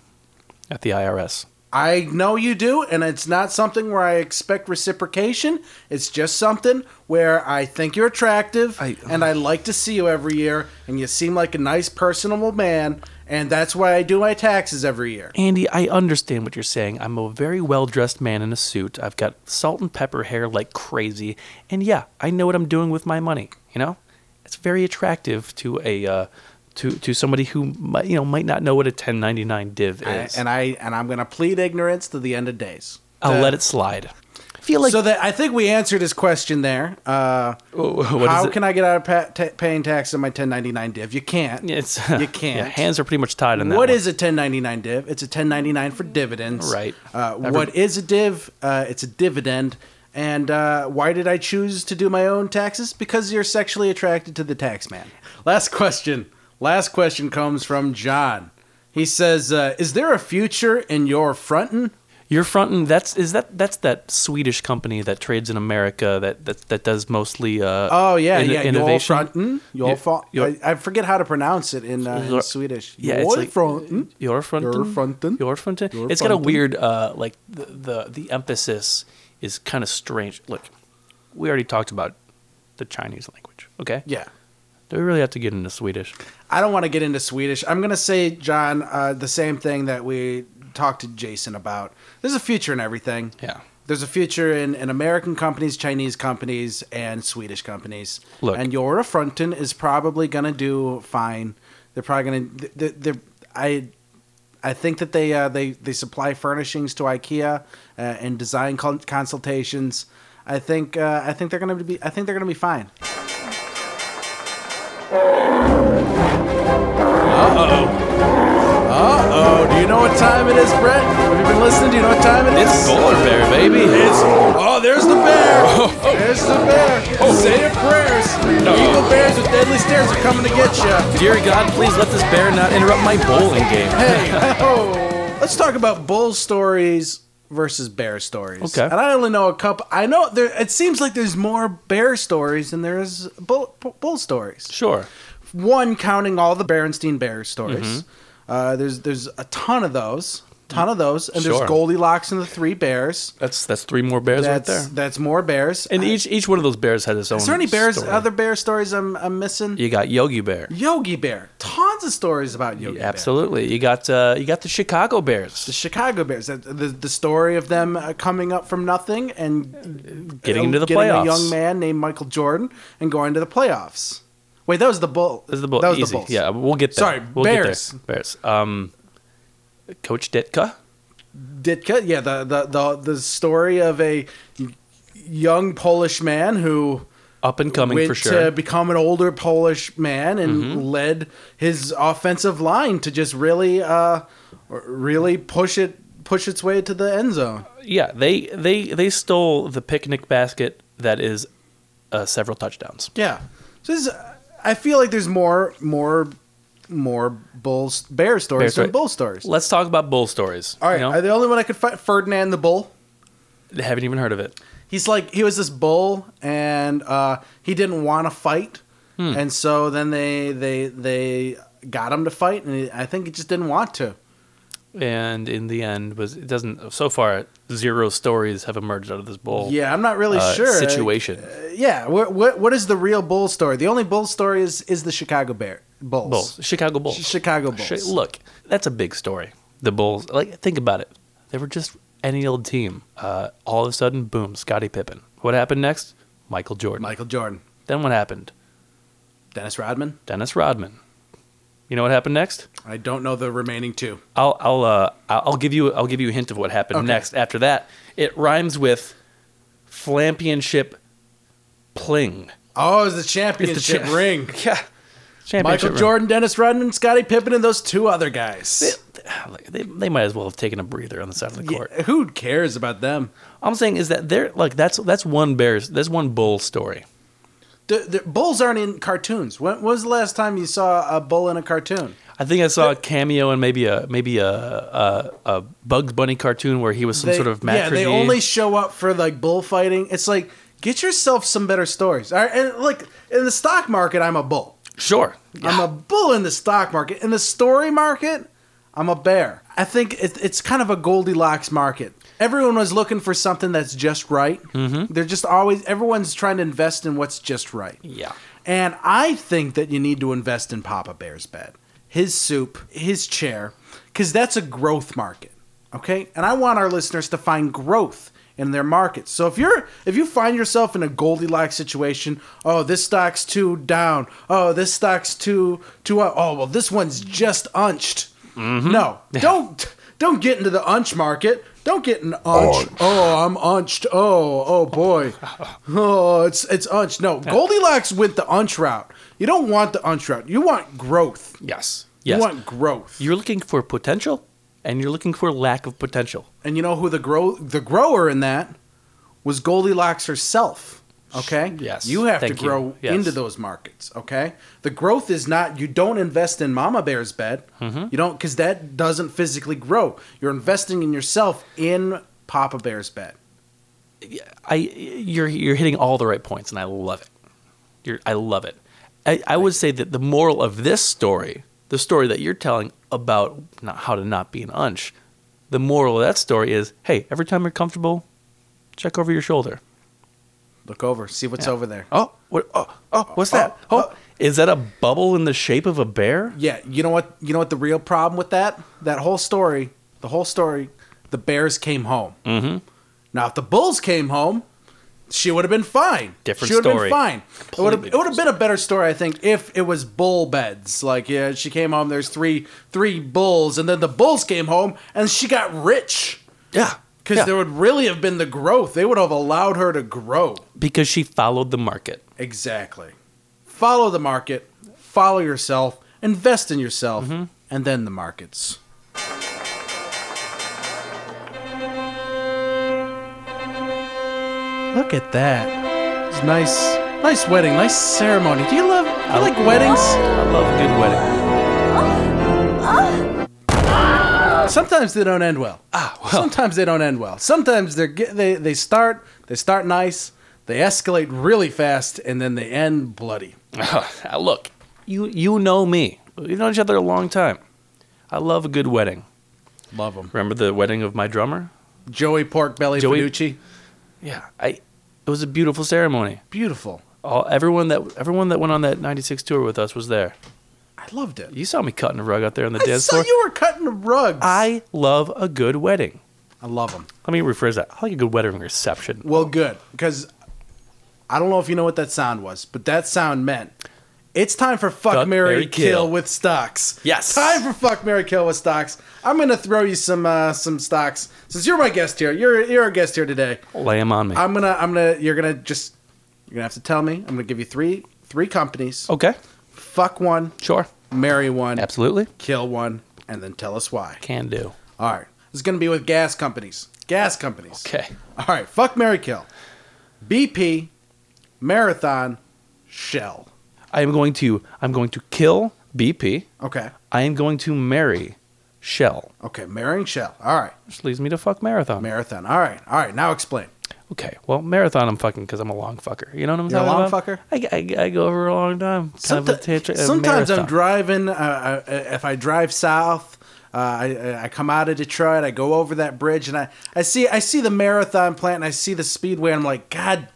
S1: at the IRS.
S2: I know you do, and it's not something where I expect reciprocation. It's just something where I think you're attractive,
S1: I-
S2: and I like to see you every year, and you seem like a nice, personable man, and that's why I do my taxes every year.
S1: Andy, I understand what you're saying. I'm a very well dressed man in a suit. I've got salt and pepper hair like crazy. And yeah, I know what I'm doing with my money, you know? It's very attractive to a uh, to to somebody who might you know might not know what a 1099 div
S2: I-
S1: is.
S2: and I and I'm gonna plead ignorance to the end of days.
S1: I'll let it slide. I feel like
S2: so that I think we answered his question there. Uh,
S1: what
S2: how
S1: is it?
S2: can I get out of pa- ta paying tax on my 1099 div? You can't.
S1: it's
S2: You
S1: yeah,
S2: can't.
S1: hands are pretty much tied on that.
S2: What
S1: one.
S2: is a 1099 div? It's a 1099 for dividends.
S1: Right.
S2: Uh,
S1: Every-
S2: what is a div? Uh, it's a dividend. And uh, why did I choose to do my own taxes? Because you're sexually attracted to the tax man. Last question. Last question comes from John. He says, uh, "Is there a future in your frontin'?"
S1: You're fronting. That's is that that's that Swedish company that trades in America that that, that does mostly. Uh,
S2: Oh yeah,
S1: inno-
S2: yeah.
S1: innovation.
S2: Your frontin', your
S1: Yeah,
S2: fa-
S1: your-
S2: I, I forget how to pronounce it in, uh, in
S1: Your-
S2: Swedish.
S1: yeah,
S2: your hmm?
S1: it's like-
S2: frontin'.
S1: Your frontin.
S2: Your frontin.
S1: Your frontin.
S2: Your
S1: It's got a
S2: frontin.
S1: weird uh, like the, the the emphasis is kind of strange. Look, we already talked about the Chinese language. Okay.
S2: Yeah.
S1: Do we really have to get into Swedish?
S2: I don't want to get into Swedish. I'm going to say, John, uh, the same thing that we talked to Jason about. There's a future in everything.
S1: Yeah.
S2: There's a future in, in American companies, Chinese companies, and Swedish companies.
S1: Look.
S2: And your Fronten is probably going to do fine. They're probably going to. They're, they're, I. I think that they uh, they they supply furnishings to IKEA uh, and design con- consultations. I think uh, I think they're gonna be I think they're gonna be fine. Uh oh. Do you know what time it is, Brett? Have you been listening? Do you know what time it is?
S1: Polar bear, baby.
S2: It's- oh, there's the bear. There's the bear.
S1: Oh.
S2: Say your prayers. Evil bears with deadly stares are coming to get you.
S1: Dear God, please let this bear not interrupt my bowling game.
S2: Hey, oh. let's talk about bull stories versus bear stories.
S1: Okay.
S2: And I only know a couple. I know there. It seems like there's more bear stories than there is bull, bull stories.
S1: Sure.
S2: one counting all the Berenstain Bears stories.
S1: Mm-hmm.
S2: Uh, there's there's a ton of those, ton of those, and
S1: Sure.
S2: there's Goldilocks and the Three Bears.
S1: That's that's three more bears
S2: That's
S1: right there.
S2: that's more bears.
S1: And
S2: I-
S1: each each one of those bears has its own.
S2: is there any bears?
S1: story.
S2: Other bear stories I'm I'm missing?
S1: You got Yogi Bear.
S2: Yogi Bear, tons of stories about Yogi. Bear.
S1: Absolutely. You got uh, you got the Chicago Bears
S2: The Chicago Bears, that- the, the story of them uh, coming up from nothing and um,
S1: Getting into the
S2: A
S1: playoffs.
S2: young man named Michael Jordan and going to the playoffs. Wait, that was the bull.
S1: This is the Bulls.
S2: That was
S1: Easy.
S2: the Bulls.
S1: Yeah, we'll get there.
S2: Sorry,
S1: we'll get there.
S2: Bears.
S1: Bears. Um, Coach Ditka.
S2: Ditka, yeah, the the the, the story of a young Polish man who
S1: Up and coming
S2: went
S1: for sure. Mm-hmm.
S2: to become an older Polish man and led his offensive line to just really uh really push it push its way to the end zone.
S1: yeah, they they they stole the picnic basket that is uh, several touchdowns.
S2: Yeah. So this is, I feel like there's more more more bulls bear
S1: Bear
S2: stories
S1: story.
S2: than bull stories.
S1: Let's talk about bull stories.
S2: All right,
S1: you know?
S2: uh, the only one I could find Ferdinand the Bull.
S1: haven't even heard of it.
S2: he's like he was this bull and uh, he didn't want to fight
S1: Hmm.
S2: and so then they they they got him to fight and he, i think he just didn't want to
S1: And in the end, was it doesn't so far zero stories have emerged out of this bull.
S2: yeah i'm not really
S1: uh,
S2: sure
S1: situation.
S2: Uh, yeah what, what what is the real bull story the only bull story is is the chicago bear bulls,
S1: Bulls, Chicago Bulls,
S2: Ch- Chicago Bulls.
S1: Chi- look, that's a big story. The Bulls, like, think about it. They were just any old team. Uh, all of a sudden, boom, Scottie Pippen. What happened next? Michael Jordan.
S2: michael jordan
S1: Then what happened?
S2: dennis rodman
S1: Dennis Rodman. You know what happened next?
S2: i don't know the remaining two
S1: I'll I'll uh, I'll I'll give you I'll give you a hint of what happened
S2: Okay.
S1: next. After that, it rhymes with flampionship pling.
S2: oh it's the championship
S1: cha-
S2: ring
S1: Yeah.
S2: michael
S1: Championship ring.
S2: jordan dennis rodman scottie pippen and those two other guys
S1: like, they, they might as well have taken a breather on the side of the court.
S2: Who cares about them?
S1: All I'm saying is that they're like that's that's one bears that's one bull story.
S2: The, the bulls aren't in cartoons. When, when was the last time you saw a bull in a cartoon?
S1: I think I saw a cameo and maybe a maybe a a, a Bugs Bunny cartoon where he was some
S2: They-
S1: sort of Matt
S2: yeah. They
S1: Trevor.
S2: only show up for like bullfighting. It's like get yourself some better stories. All right, and like in the stock market, I'm a bull.
S1: sure.
S2: I'm a bull in the stock market. In the story market, I'm a bear. I think it, it's kind of a Goldilocks market. Everyone was looking for something that's just right. Mm-hmm. They're just always everyone's trying to invest in what's just right.
S1: Yeah.
S2: And I think that you need to invest in Papa Bear's bed, his soup, his chair, because that's a growth market. Okay? And I want our listeners to find growth in their markets. So if you're if you find yourself in a Goldilocks situation, oh this stock's too down, oh this stock's too too up, oh well this one's just unched.
S1: Mm-hmm.
S2: No, don't don't get into the unch market. Don't get an unch. Oh, I'm unched. Oh, oh boy. Oh, it's it's unch. No, Goldilocks went the unch route. You don't want the unch route. You want growth.
S1: Yes. Yes.
S2: You want growth.
S1: You're looking for potential, and you're looking for lack of potential.
S2: and you know who the grow the grower in that was Goldilocks herself. Okay.
S1: Yes.
S2: You have
S1: Thank
S2: to
S1: you.
S2: grow
S1: Yes.
S2: into those markets. Okay. The growth is not you don't invest in Mama Bear's bed.
S1: Mm-hmm.
S2: You don't because that doesn't physically grow. You're investing in yourself in Papa Bear's bed.
S1: I you're you're hitting all the right points, and I love it. You're, I love it. I, I would say that the moral of this story, the story that you're telling about not how to not be an unch, the moral of that story is: hey, every time you're comfortable, check over your shoulder.
S2: Look over, see what's over there.
S1: Oh, what? Oh, oh what's that? Oh, is that a bubble in the shape of a bear?
S2: Yeah, you know what? You know what the real problem with that? That whole story, the whole story, the Bears came home. Mm-hmm. Now, if the Bulls came home, she would have been fine.
S1: Different
S2: she would have
S1: story.
S2: been fine. It would have,
S1: Completely
S2: it would have been a better story, I think, if it was bull beds. Like, yeah, she came home. There's three three bulls, and then the Bulls came home, and she got rich.
S1: Yeah,
S2: Because there would really have been the growth. They would have allowed her to grow.
S1: because she followed the market.
S2: Exactly. Follow the market, follow yourself, invest in yourself,
S1: Mm-hmm.
S2: and then the markets. Look at that. It's nice. Nice wedding, nice ceremony. Do you love do you like weddings?
S1: I love a good wedding.
S2: Sometimes they don't end well. Ah, well. Sometimes they don't end well. Sometimes they're ge- they they start they start nice, they escalate really fast, and then they end bloody.
S1: Now, Look, you you know me. We've known each other a long time. I love a good wedding.
S2: Love them.
S1: Remember the wedding of my drummer?
S2: Joey Porkbelly
S1: Joey-
S2: Finucci.
S1: Yeah, I. It was a beautiful ceremony.
S2: Beautiful.
S1: All everyone that everyone that went on that '96 tour with us was there.
S2: I loved it.
S1: You saw me cutting a rug out there on the
S2: I
S1: dance
S2: saw
S1: floor.
S2: you were cutting the rugs.
S1: I love a good wedding.
S2: I love them.
S1: Let me rephrase that. I like a good wedding reception.
S2: Well, good because I don't know if you know what that sound was, but that sound meant it's time for fuck,
S1: Fuck,
S2: Mary,
S1: marry,
S2: kill.
S1: kill.
S2: with stocks.
S1: Yes.
S2: time for fuck Mary kill with stocks. I'm gonna throw you some uh, some stocks since you're my guest here. You're you're a guest here today.
S1: Lay 'em on me.
S2: I'm gonna I'm gonna you're gonna just you're gonna have to tell me. I'm gonna give you three three companies.
S1: okay,
S2: Fuck one,
S1: sure,
S2: marry one,
S1: absolutely,
S2: kill one, and then tell us why.
S1: can do.
S2: All right. This is going to be with gas companies. Gas companies.
S1: Okay,
S2: All right. Fuck Mary Kill. BP, Marathon, Shell.
S1: I am going to I'm going to kill BP.
S2: Okay.
S1: I am going to marry Shell,
S2: Okay. Marrying Shell. Uh, All right.
S1: which leads me to fuck Marathon.
S2: Marathon. All right. All right. Now explain.
S1: Okay, well, marathon I'm fucking because I'm a long fucker. You know what I'm
S2: You're a
S1: talking
S2: long
S1: about?
S2: fucker?
S1: I, I, I go over a long time. Kind of a
S2: Someti-
S1: tantr- a
S2: sometimes I'm
S1: marathon.
S2: driving. Uh, uh, if I drive south, uh, I, I come out of Detroit. I go over that bridge, and I, I see I see the marathon plant, and I see the speedway. And I'm like, God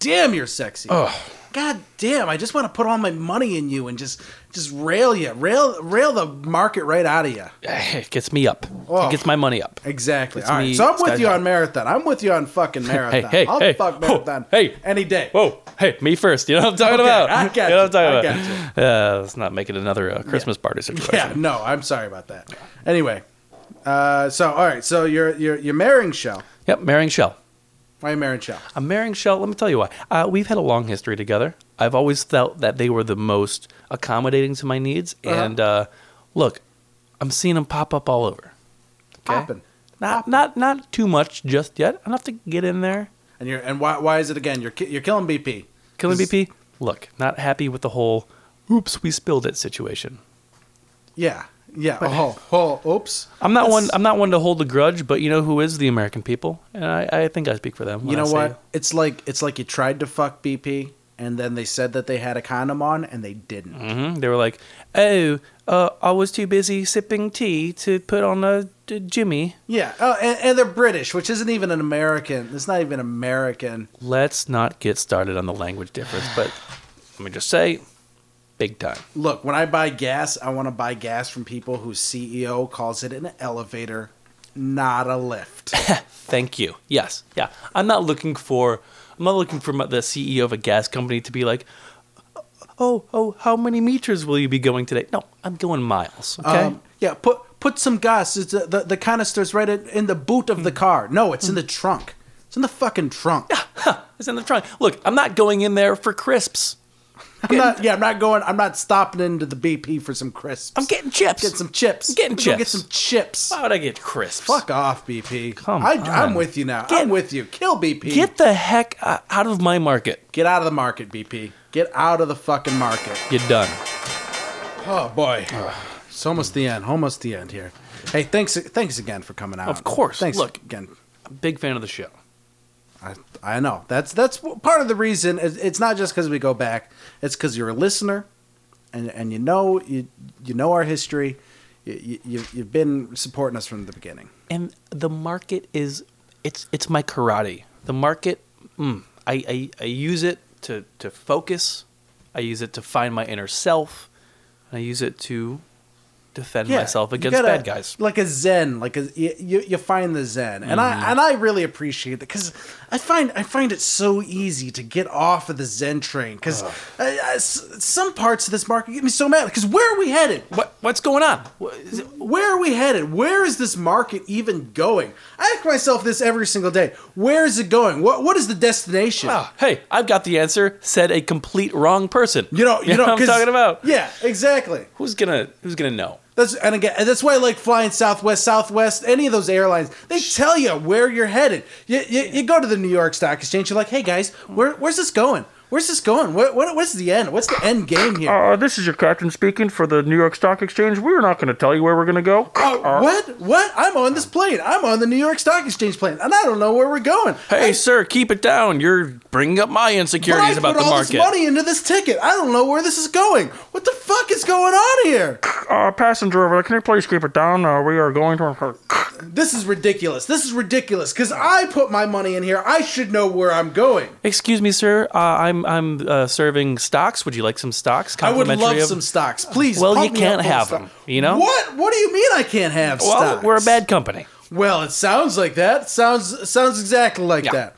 S2: damn, you're sexy. God damn, I just want to put all my money in you and just just rail you, rail rail the market right out of you.
S1: It gets me up.
S2: Oh.
S1: It gets my money up.
S2: Exactly.
S1: It's
S2: All right.
S1: me,
S2: So I'm with
S1: sky
S2: you
S1: high.
S2: on marathon. I'm with you on fucking marathon.
S1: hey,
S2: I'll
S1: hey.
S2: fuck
S1: Ho,
S2: marathon.
S1: hey.
S2: any day.
S1: Whoa, hey, me first. You know what I'm talking
S2: Okay,
S1: about?
S2: I got
S1: you know what
S2: you,
S1: I'm
S2: I
S1: talking about? Uh, let's not make it another uh, Christmas party
S2: Yeah,
S1: situation.
S2: no, I'm sorry about that. Anyway, uh, so all right, so you're you're you're marrying Shell.
S1: Yep, marrying Shell.
S2: Why are you marrying Shell?
S1: I'm marrying Shell. Let me tell you why. Uh, we've had a long history together. I've
S2: Uh-huh.
S1: always felt that they were the most accommodating to my needs. And uh, look, I'm seeing them pop up all over. Okay?
S2: Popping.
S1: Not not not too much just yet. I don't have to get in there.
S2: And you're and why, why is it again? You're ki- you're killing BP.
S1: Killing
S2: This-
S1: BP. Look, not happy with the whole "oops, we spilled it" situation.
S2: Yeah. Yeah. Oh, oh, oops.
S1: I'm not
S2: That's-
S1: one. I'm not one to hold a grudge, but you know who is the American people, and I, I think I speak for them.
S2: You
S1: when I
S2: know
S1: say-
S2: what? It's like it's like you tried to fuck BP and then they said that they had a condom on and they didn't.
S1: Mhm. They were like, "Oh, uh, I was too busy sipping tea to put on a d- Jimmy."
S2: Yeah. Oh, and, and they're British, which isn't even an American. It's not even American.
S1: Let's not get started on the language difference, but let me just say, big time.
S2: Look, when I buy gas, I want to buy gas from people whose CEO calls it an elevator, not a lift.
S1: Thank you. Yes, yeah. I'm not looking for. I'm not looking for my- the CEO of a gas company to be like, "Oh, oh, how many meters will you be going today?" No, I'm going miles. Okay.
S2: Um, yeah. Put put some gas. It's the, the the canister's right in, in the boot of the
S1: Hmm.
S2: car. No, it's in the trunk. It's in the fucking trunk.
S1: It's in the trunk. Look, I'm not going in there for crisps.
S2: I'm not. Uh, Yeah, I'm not going. I'm not stopping into the BP for some crisps.
S1: I'm getting chips.
S2: Get some chips.
S1: I'm getting
S2: Let's go Get
S1: chips.
S2: some chips.
S1: Why would I get crisps?
S2: Fuck off, BP.
S1: Come
S2: I,
S1: on.
S2: I'm with you now.
S1: Get-
S2: I'm with you. Kill BP.
S1: Get the heck o- out of my market.
S2: Get out of the market, BP. Get out of the fucking market.
S1: You're done.
S2: Oh boy, it's almost the end. Almost the end here. Hey, thanks. Thanks again for coming out.
S1: Of course.
S2: Thanks
S1: Look.
S2: again.
S1: Big fan of the show.
S2: I, I know that's that's part of the reason. It- It's not just because we go back. It's because you're a listener, and and you know you you know our history. You, you you've- you've been supporting us from the beginning.
S1: And the market is, it's it's my karate. The market, mm, I, I I use it to to focus. I use it to find my inner self. And I use it to defend myself
S2: you
S1: against
S2: gotta-
S1: bad guys.
S2: Like a zen, like a you, you you find the zen, and
S1: Mm-hmm.
S2: I and I really appreciate that because I find I find it so easy to get off of the zen train because some parts of this market get me so mad because where are we headed?
S1: What what's going on? What- is it-
S2: Where are we headed? Where is this market even going? I ask myself this every single day. Where is it going? What what is the destination?
S1: ah, hey, I've got the answer. Said a complete wrong person.
S2: You know, you, know,
S1: what I'm
S2: 'cause-
S1: talking about.
S2: Yeah, exactly.
S1: Who's gonna Who's gonna know?
S2: That's and again, and that's why I like flying Southwest, Southwest, any of those airlines. They tell you where you're headed. You, you, you go to the New York Stock Exchange. You're like, hey guys, where, where's this going? Where's this going? What, what, what's the end? What's the end game here?
S5: Uh, this is your captain speaking for the New York Stock Exchange. We're not going to tell you where we're going to go.
S2: Uh, what? What? I'm on this plane. I'm on the New York Stock Exchange plane, and I don't know where we're going.
S1: Hey, sir, keep it down. You're bringing up
S2: But
S1: my
S2: I
S1: insecurities about
S2: put
S1: the
S2: all
S1: market.
S2: this money into this ticket. I don't know where this is going. What the fuck is going on here?
S5: Uh, passenger over there, can you please keep it down? Uh, we are going to.
S2: This is ridiculous. This is ridiculous. Cause I put my money in here. I should know where I'm going.
S1: Excuse me, sir. Uh, I'm I'm uh, serving stocks. Would you like some stocks?
S2: I would
S1: Complimentary
S2: love
S1: of-
S2: some stocks, please.
S1: Well,
S2: pump
S1: you
S2: me
S1: can't
S2: up on
S1: have
S2: stock-
S1: them, you know?
S2: what? What do you mean I can't have
S1: Well,
S2: stocks?
S1: we're a bad company.
S2: Well, it sounds like that. Sounds sounds exactly like
S1: Yeah.
S2: that.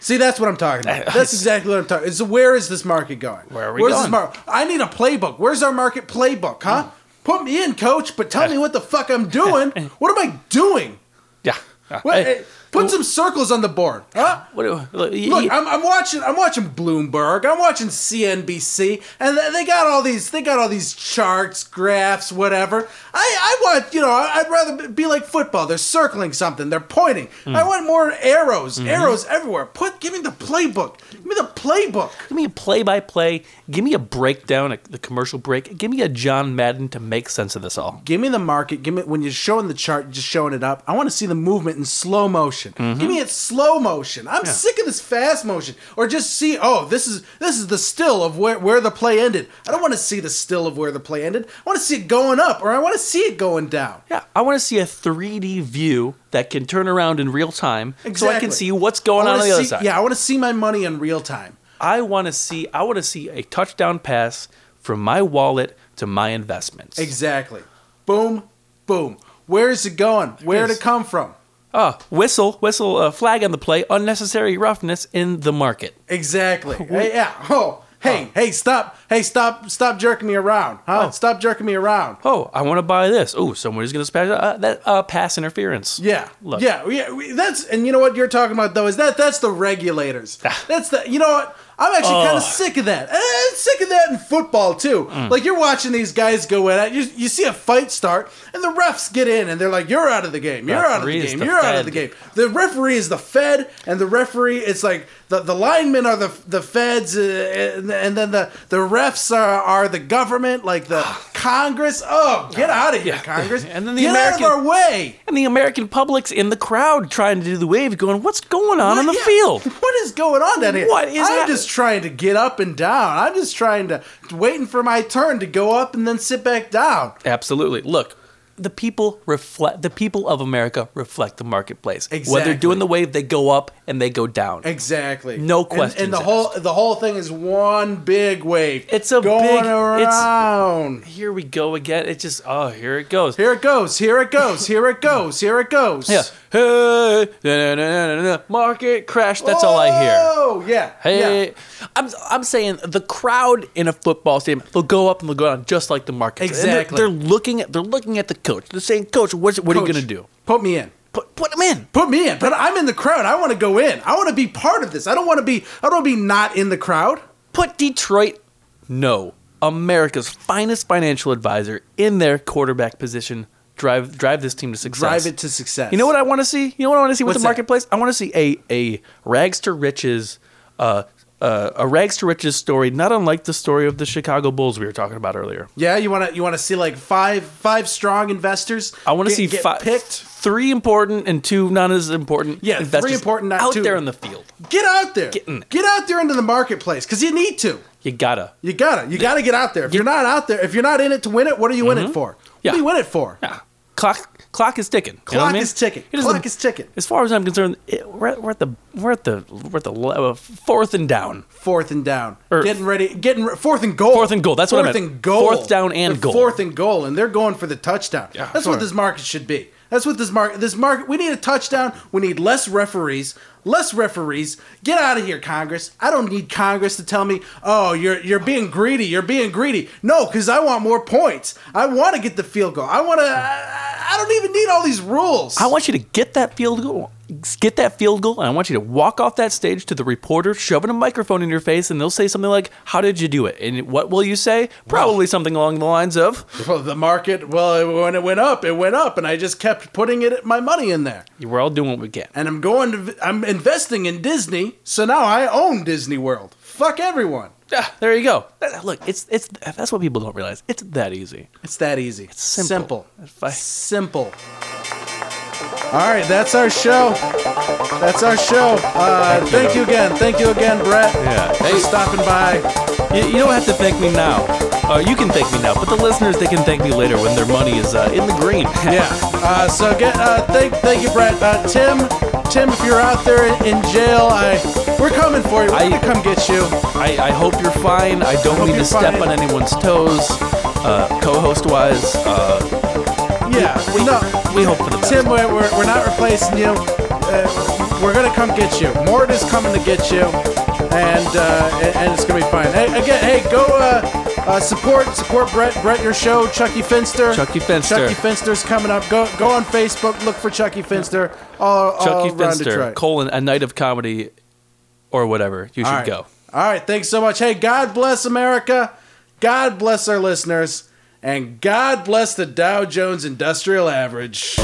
S2: See, that's what I'm talking about. That's exactly what I'm talking. So, where is this market going?
S1: Where are we
S2: Where's
S1: going? Hmm.
S2: This mar- I need a playbook. Where's our market playbook? Huh? Put me in, coach, but tell me what the fuck I'm doing. what am I doing?
S1: Yeah. Uh,
S2: What,
S1: hey,
S2: eh, put some circles on the board. Huh?
S1: what do- look, y-
S2: Look,
S1: y-
S2: I'm, I'm watching. I'm watching Bloomberg. I'm watching CNBC, and th- they got all these. They got all these charts, graphs, whatever. I, I want, you know, I- I'd rather be like football. They're circling something. They're pointing. I want more arrows. Arrows everywhere. Put, give me the playbook. Give me the playbook.
S1: give me a play-by-play. Give me a breakdown, a, the commercial break. Give me a John Madden to make sense of this all.
S2: Give me the market. Give me when you're showing the chart, just showing it up. I want to see the movement in slow motion.
S1: Mm-hmm.
S2: Give me it slow motion. I'm sick of this fast motion. Or just see, oh, this is this is the still of where, where the play ended. I don't want to see the still of where the play ended. I want to see it going up, or I want to see it going down.
S1: Yeah, I want to see a 3D view that can turn around in real time, so I can
S2: Exactly.
S1: see what's going
S2: I
S1: on
S2: wanna
S1: on the other
S2: see-
S1: side.
S2: Yeah, I want to see my money in real time.
S1: I want to see. I want to see a touchdown pass from my wallet to my investments.
S2: Exactly. Boom, boom. Where is it going? Where
S1: it
S2: did
S1: is.
S2: it come from?
S1: Ah, whistle, whistle, uh, flag on the play, unnecessary roughness in the market.
S2: Exactly. Hey, yeah. Oh. Hey, hey, stop. Hey, stop, stop jerking me around. Huh?
S1: Oh.
S2: Stop jerking me around.
S1: Oh, I want to buy this. Oh, somebody's going to smash uh, that uh, pass interference.
S2: Yeah,
S1: Look. Ah.
S2: yeah, yeah. we- That's and you know what you're talking about though is that that's the regulators. that's the you know what I'm actually
S1: Oh.
S2: kind of sick of that. Eh, sick of that in football too.
S1: Mm.
S2: Like you're watching these guys go at it. You, you see a fight start, and the refs get in, and they're like, "You're out of the game. You're out of the
S1: Referee is
S2: game.
S1: the
S2: You're out of the
S1: fed.
S2: game." The referee is the Fed, and the referee it's like the, the linemen are the the Feds, uh, and, and then the the refs are are the government, like the Congress. Oh, get out of here, Congress!
S1: And then the
S2: get
S1: American-
S2: out of our way.
S1: And the American public's in the crowd trying to do the wave, going, "What's going on on the
S2: Yeah.
S1: field?"
S2: What is going on down here?
S1: What is
S2: I'm
S1: hap-
S2: just trying to get up and down. I'm just trying to waiting for my turn to go up and then sit back down.
S1: Absolutely. Look, the people reflect the people of America reflect the marketplace. When
S2: Exactly.
S1: they're doing the wave, they go up and they go down.
S2: Exactly.
S1: No
S2: And-
S1: questions
S2: And, the whole the whole thing is one big wave.
S1: It's a
S2: going
S1: big- it's-
S2: around.
S1: Here we go again. It just oh, here it goes.
S2: Here it goes. Here it goes. Here it goes. Here it goes.
S1: Yeah. Hey, na, na, na, na, na, na. market crash. That's all I hear.
S2: Oh yeah.
S1: Hey,
S2: Yeah.
S1: I'm I'm saying the crowd in a football stadium, they'll go up and they'll go down just like the market. And they're-
S2: Exactly.
S1: They're, looking at they're looking at the coach. They're saying, "Coach, what what are you
S2: Coach,
S1: going to do?
S2: Put me in.
S1: Put put him in."
S2: Put me in. But I'm in the crowd. I want to go in. I want to be part of this. I don't want to be. I don't want to be not in the crowd.
S1: put Detroit, no, America's finest financial advisor in their quarterback position. Drive drive this team to success.
S2: Drive it to success.
S1: You know what I want to see? You know what I want to see with
S2: What's
S1: the
S2: that?
S1: marketplace? I want to see a a rags to riches. Uh, uh, a rags to riches story, not unlike the story of the Chicago Bulls we were talking about earlier.
S2: Yeah, you want to you want to see like five five strong investors.
S1: I want to
S2: get-
S1: see
S2: get
S1: fi-
S2: picked.
S1: three important and two not as important.
S2: Yeah, three
S1: investors
S2: important, not
S1: out
S2: two.
S1: there in the field.
S2: Get out there. Get,
S1: in.
S2: out there into the marketplace because you need to.
S1: You gotta.
S2: You gotta. You gotta get out there. If you're not out there, if you're not in it to win it, what are you in it for?
S1: Mm-hmm. Yeah.
S2: What do you in it for?
S1: Yeah. Clock clock is ticking. You know what I
S2: Clock
S1: mean?
S2: is ticking.
S1: It doesn't-
S2: Clock is ticking.
S1: As far as I'm concerned, it, we're, at, we're at the we're at the we're at the le- uh, fourth and down.
S2: Fourth and down.
S1: Or-
S2: getting ready. Getting re- fourth and goal.
S1: Er, Fourth and goal. That's what I
S2: fourth
S1: meant.
S2: and goal.
S1: Fourth down and
S2: They're
S1: goal.
S2: Fourth and goal, and they're going for the touchdown.
S1: Yeah,
S2: That's what
S1: sorta.
S2: this market should be. That's what this market. This market. We need a touchdown. We need less referees. Less referees. Get out of here, Congress. I don't need Congress to tell me, "Oh, you're you're being greedy. You're being greedy." No, because I want more points. I want to get the field goal. I want to. I, I don't even need all these rules.
S1: I want you to get that field goal, get that field goal, and I want you to walk off that stage to the reporter, shoving a microphone in your face, and they'll say something like, "How did you do it?" And what will you say? Probably something along the lines of,
S2: Well, the market. Well, when it went up, it went up, and I just kept putting it my money in there.
S1: "We're all doing what we can."
S2: and I'm going to I'm investing in Disney, so now I own Disney World. Fuck everyone.
S1: Ah, there you go. Ah, Look, it's it's that's what people don't realize. It's that easy.
S2: It's that easy. It's
S1: simple. If I-
S2: Simple. All right, that's our show. That's our show. Uh, thank you again. Thank you again, Brett.
S1: Yeah.
S2: Thanks for stopping by.
S1: You, you don't have to thank me now. Uh, you can thank me now, but the listeners they can thank me later when their money is uh, in the green.
S2: Yeah. Uh, so get uh, thank thank you, Brett. Uh, Tim, Tim, if you're out there in, in jail, I we're coming for you. We're
S1: I-
S2: gonna come get you.
S1: I, I hope you're fine. I don't mean
S2: you're
S1: to step
S2: fine.
S1: on anyone's toes, uh, co-host wise. Uh,
S2: Yeah.
S1: we,
S2: no.
S1: we hope for the best.
S2: Tim, we're, we're, we're not replacing you. Uh, we're gonna come get you. Mort is coming to get you, and uh, and- and it's gonna be fine. Hey, again, hey, go uh, uh, support support Brett Brett your show. Chucky Finster.
S1: Chucky Finster.
S2: Chucky Finster's coming up. Go go on Facebook. Look for Chucky Finster. All, all
S1: Chucky
S2: around
S1: Finster,
S2: Detroit.
S1: colon a night of comedy, or whatever. You should
S2: All right.
S1: go.
S2: All right. Thanks so much. Hey, God bless America. God bless our listeners. And God bless the Dow Jones Industrial Average.